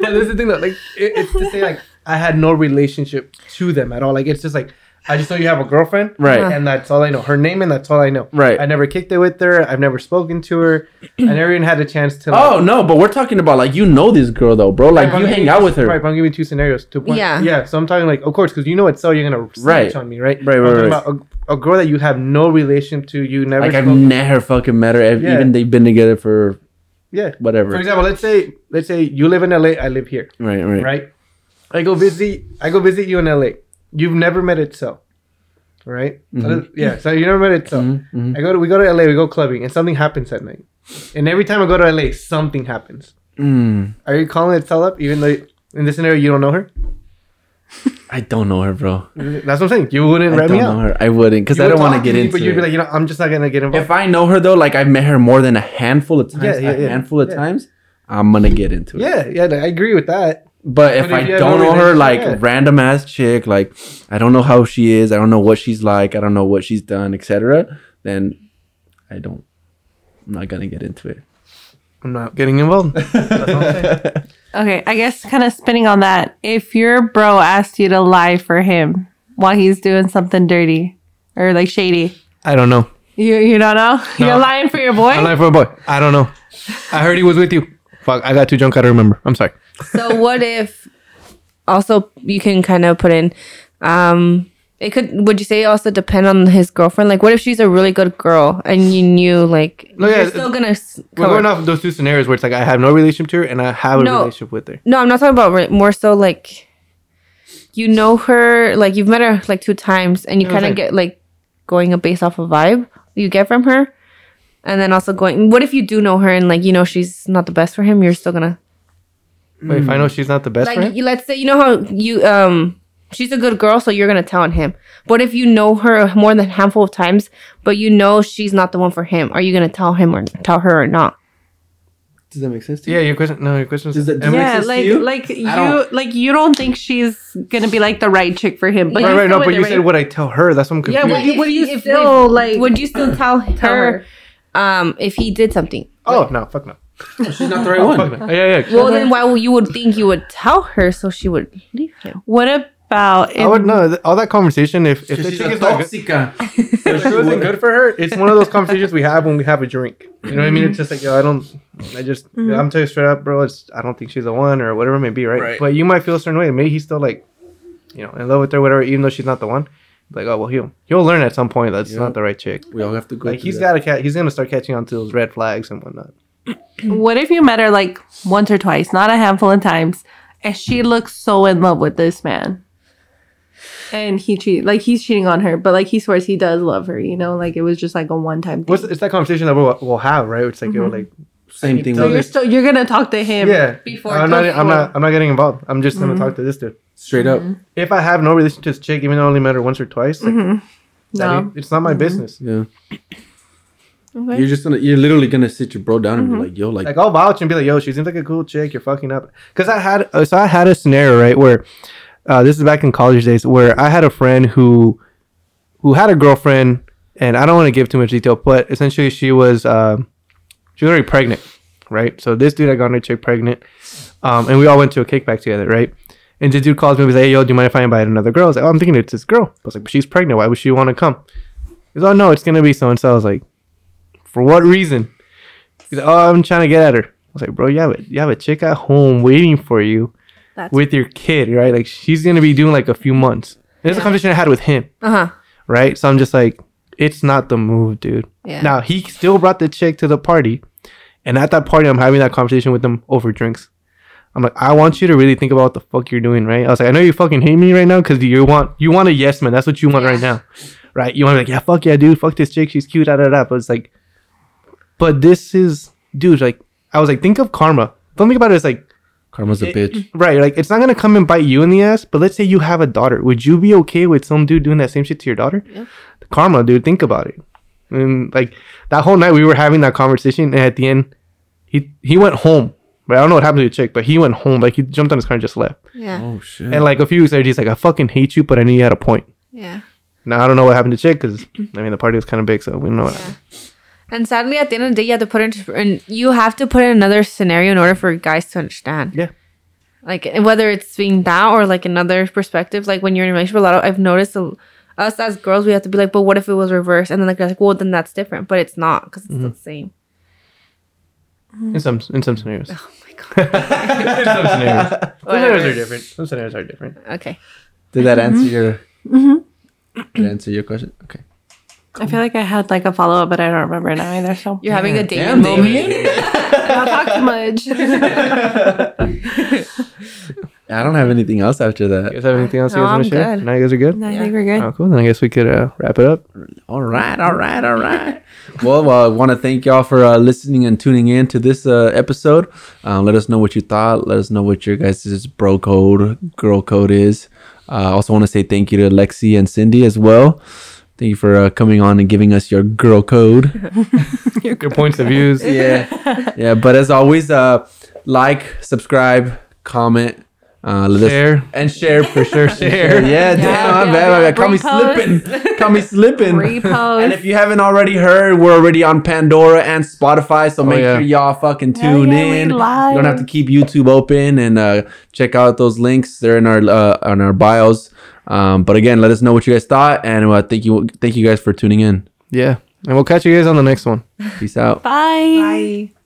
Speaker 1: But this is the thing though, like it, it's to say like I had no relationship to them at all. Like it's just like I just know you have a girlfriend,
Speaker 2: Right.
Speaker 1: And that's all I know. Her name and that's all I know.
Speaker 2: Right.
Speaker 1: I never kicked it with her. I've never spoken to her. I never even had a chance to. Like,
Speaker 2: Oh no, but we're talking about like you know this girl though, bro. Like
Speaker 1: Right, but
Speaker 2: you
Speaker 1: I'm
Speaker 2: hang
Speaker 1: giving
Speaker 2: out with her.
Speaker 1: Right, but I'm giving you two scenarios. Two points.
Speaker 4: Yeah.
Speaker 1: Yeah. So I'm talking like, of course, because you know it's so you're gonna snitch
Speaker 2: Right.
Speaker 1: on me, right?
Speaker 2: Right,
Speaker 1: I'm
Speaker 2: right,
Speaker 1: talking
Speaker 2: right.
Speaker 1: About a, a girl that you have no relation to, you never.
Speaker 2: Like I've
Speaker 1: spoke-
Speaker 2: never fucking met her. ev-
Speaker 1: Yeah.
Speaker 2: Even they've been together for
Speaker 1: yeah.
Speaker 2: whatever.
Speaker 1: For example, let's say let's say you live in LA, I live here.
Speaker 2: right, right,
Speaker 1: right? I go visit. I go visit you in LA. You've never met Itzel, right?
Speaker 2: Mhm.
Speaker 1: Yeah. So you never met Itzel.
Speaker 2: Mhm, mhm.
Speaker 1: I go to we go to LA. We go clubbing, and something happens at night. And every time I go to LA, something happens.
Speaker 2: Mm,
Speaker 1: Are you calling Itzel up, even though in this scenario you don't know her?
Speaker 2: I don't know her, bro.
Speaker 1: That's what I'm saying. You wouldn't
Speaker 2: I
Speaker 1: rat
Speaker 2: don't
Speaker 1: me
Speaker 2: know
Speaker 1: out.
Speaker 2: her. I wouldn't because
Speaker 1: You
Speaker 2: I
Speaker 1: would
Speaker 2: don't want
Speaker 1: talk
Speaker 2: to get
Speaker 1: me,
Speaker 2: into
Speaker 1: But you'd
Speaker 2: it.
Speaker 1: be like, you know, I'm just not gonna get involved.
Speaker 2: if I know her though, like I've met her more than a handful of times,
Speaker 1: Yeah, yeah,
Speaker 2: a
Speaker 1: yeah.
Speaker 2: handful of
Speaker 1: Yeah.
Speaker 2: times, I'm gonna get into it.
Speaker 1: yeah, yeah, I agree with that.
Speaker 2: But if
Speaker 1: But if
Speaker 2: I
Speaker 1: you have
Speaker 2: don't
Speaker 1: no
Speaker 2: know her,
Speaker 1: relationship,
Speaker 2: like
Speaker 1: yeah.
Speaker 2: random ass chick, like I don't know how she is, I don't know what she's like, I don't know what she's done, etc., then I don't. I'm not gonna get into it.
Speaker 1: I'm not getting involved.
Speaker 3: Okay, I guess kind of spinning on that. If your bro asked you to lie for him while he's doing something dirty or like shady,
Speaker 1: I don't know.
Speaker 3: you you don't know? You're lying for your boy?
Speaker 1: I'm lying for a boy. I don't know. I heard he was with you. Fuck, I got too drunk. I don't remember. I'm sorry.
Speaker 4: So what if also you can kind of put in um it could would you say it also depend on his girlfriend? Like what if she's a really good girl and you knew like
Speaker 1: No, yeah,
Speaker 4: you're still gonna s-
Speaker 1: We're
Speaker 4: cover-
Speaker 1: going off those two scenarios where it's like I have no relationship to her and I have a
Speaker 4: No.
Speaker 1: relationship with her.
Speaker 4: No, I'm not talking about re- more so like you know her, like you've met her like two times and you
Speaker 1: Yeah,
Speaker 4: kind of
Speaker 1: okay.
Speaker 4: get like going a based off a vibe you get from her. And then also going, what if you do know her and like you know she's not the best for him? You're still gonna
Speaker 1: But if I know she's not the best
Speaker 4: like
Speaker 1: friend,
Speaker 4: you, let's say you know how you um she's a good girl, so you're gonna tell on him. But if you know her more than a handful of times, but you know she's not the one for him, are you gonna tell him or tell her or not?
Speaker 2: Does that make sense to you?
Speaker 1: yeah, your question. No, your question
Speaker 2: Does
Speaker 1: is.
Speaker 2: that, does
Speaker 3: yeah,
Speaker 2: that make sense
Speaker 3: like
Speaker 2: to you?
Speaker 3: like you
Speaker 2: don't-
Speaker 3: like you don't think she's gonna be like the right chick for him, but
Speaker 1: Right,
Speaker 3: you
Speaker 1: right,
Speaker 3: still
Speaker 1: no, but
Speaker 3: with
Speaker 1: you
Speaker 3: it,
Speaker 1: said
Speaker 3: right?
Speaker 1: what I tell her. That's what I'm confused.
Speaker 3: Yeah, what, you, what do you
Speaker 4: If- if-
Speaker 3: still like?
Speaker 4: Would you still tell her
Speaker 3: her.
Speaker 4: um if he did something?
Speaker 1: oh no, fuck no.
Speaker 2: she's not the right one.
Speaker 1: Fuck no. Yeah, yeah.
Speaker 4: Well, then why would you would think you would tell her so she would leave him?
Speaker 3: What about?
Speaker 1: I would know all that conversation. If if the
Speaker 2: She's
Speaker 1: chick
Speaker 2: a
Speaker 1: is not good,
Speaker 2: toxica.
Speaker 1: if it wasn't good for her, it's one of those conversations we have when we have a drink. You know what I mean? It's just like yo, I don't. I just I'm telling you straight up, bro. It's I don't think she's the one or whatever it may be, right?
Speaker 2: Right.
Speaker 1: But you might feel a certain way. Maybe he's still like, you know, in love with her, whatever. Even though she's not the one. Like oh well, he'll he'll learn at some point that's
Speaker 2: Yeah.
Speaker 1: not the right chick.
Speaker 2: We all have to go.
Speaker 1: Like
Speaker 2: through
Speaker 1: he's
Speaker 2: that.
Speaker 1: got to cat. He's gonna start catching on to those red flags and whatnot.
Speaker 3: What if you met her like once or twice, not a handful of times, and she looks so in love with this man, and he cheat like he's cheating on her, but like he swears he does love her. You know, like it was just like a one time thing.
Speaker 1: What's it's that conversation that we'll, we'll have, right? It's like yo, like
Speaker 2: same thing.
Speaker 1: So
Speaker 3: so
Speaker 2: With
Speaker 3: you're
Speaker 2: it.
Speaker 3: still you're gonna talk to him.
Speaker 1: yeah.
Speaker 4: Before
Speaker 1: I'm not. I'm not. I'm not getting involved. I'm just gonna talk to this dude.
Speaker 2: Straight up.
Speaker 1: If I have no relation to this chick, even though I only met her once or twice, like, that
Speaker 3: No.
Speaker 1: ain't- it's not my business.
Speaker 2: Yeah.
Speaker 4: Okay.
Speaker 2: You're just gonna. You're literally gonna sit your bro down and be like, "Yo, like,
Speaker 1: like I'll vouch and be like, "Yo, she seems like a cool chick. You're fucking up." Because I had, uh, so I had a scenario right where, uh, this is back in college days, where I had a friend who, who had a girlfriend, and I don't want to give too much detail, but essentially she was, um she was already pregnant, right? So this dude had gotten a chick pregnant, um, and we all went to a kickback together, right? And the dude calls me and was like, "Hey, yo, do you mind if I invite another girl?" I was like, "Oh, I'm thinking it's this girl." I was like, "But she's pregnant. Why would she want to come?" He's "Oh no, it's gonna be so and so." I was like, "For what reason?" He's like, "Oh, I'm trying to get at her." I was like, "Bro, you have a you have a chick at home waiting for you
Speaker 4: That's-
Speaker 1: with your kid, right? Like she's gonna be doing like a few months." And it's a conversation I had with him,
Speaker 4: Uh huh.
Speaker 1: right? So I'm just like, "It's not the move, dude."
Speaker 4: Yeah.
Speaker 1: Now he still brought the chick to the party, and at that party, I'm having that conversation with him over drinks. I'm like, I want you to really think about what the fuck you're doing, right? I was like, I know you fucking hate me right now because you want you want a yes man. That's what you want right now, right? You want to be like, yeah, fuck yeah, dude, fuck this chick, she's cute, da da da. But it's like, but this is, dude, like, I was like, think of karma. Don't think about it as like,
Speaker 2: karma's a bitch."
Speaker 1: right, like it's not gonna come and bite you in the ass. But let's say you have a daughter, would you be okay with some dude doing that same shit to your daughter? Karma, dude, think about it. And like that whole night we were having that conversation, and at the end, he he went home. But I don't know what happened to the chick, but he went home. Like he jumped on his car and just left.
Speaker 4: Yeah.
Speaker 2: Oh shit.
Speaker 1: And like a few weeks later, he's like, "I fucking hate you, but I knew you had a point."
Speaker 4: Yeah.
Speaker 1: Now I don't know what happened to chick because I mean the party was kind of big, so we don't know what happened.
Speaker 4: And sadly, at the end of the day, you have to put into and you have to put in another scenario in order for guys to understand.
Speaker 1: Yeah.
Speaker 4: Like and whether it's being that or like another perspective, like when you're in a relationship, a lot of I've noticed a, us as girls, we have to be like, but what if it was reversed? And then like, they're like well, then that's different, but it's not because it's the same.
Speaker 1: In some in some scenarios, some
Speaker 4: Oh my god.
Speaker 1: scenarios, some scenarios are
Speaker 4: Whatever.
Speaker 1: different. Some scenarios are different.
Speaker 4: okay.
Speaker 2: Did that answer your? Did that answer your question? Okay.
Speaker 3: I feel like I had like a follow up, but I don't remember now either. So
Speaker 4: You're having a
Speaker 2: Damn,
Speaker 4: dating moment.
Speaker 2: Damien.
Speaker 3: I'll talk too much.
Speaker 2: I don't have anything else after
Speaker 1: You
Speaker 2: that.
Speaker 1: guys have anything else you
Speaker 4: No,
Speaker 1: guys want
Speaker 4: I'm
Speaker 1: to share?
Speaker 4: good.
Speaker 1: Now you guys are good.
Speaker 3: I think we're good.
Speaker 1: Oh, cool. Then I guess we could uh, wrap it up.
Speaker 2: All right, all right, all right. well, well, I want to thank y'all for uh, listening and tuning in to this uh, episode. Um, let us know what you thought. Let us know what your guys' bro code, girl code is. Uh, I also want to say thank you to Lexi and Cindy as well. Thank you for uh, coming on and giving us your girl code.
Speaker 1: Your points of views.
Speaker 2: yeah yeah but as always uh like subscribe comment uh let us-
Speaker 1: Share.
Speaker 2: and share for sure
Speaker 1: Share.
Speaker 2: share yeah, damn my
Speaker 3: yeah,
Speaker 2: bad, my
Speaker 3: yeah.
Speaker 2: bad. call me slipping call me slipping
Speaker 3: Repost.
Speaker 2: and if you haven't already heard we're already on pandora and spotify so make
Speaker 1: yeah.
Speaker 2: sure y'all fucking
Speaker 3: Hell
Speaker 2: tune
Speaker 3: yeah, we
Speaker 2: in you
Speaker 3: live.
Speaker 2: don't have to keep youtube open and uh check out those links they're in our uh on our bios um but again let us know what you guys thought and uh, thank you thank you guys for tuning in
Speaker 1: Yeah. And we'll catch you guys on the next one.
Speaker 2: peace out
Speaker 3: Bye.
Speaker 4: Bye.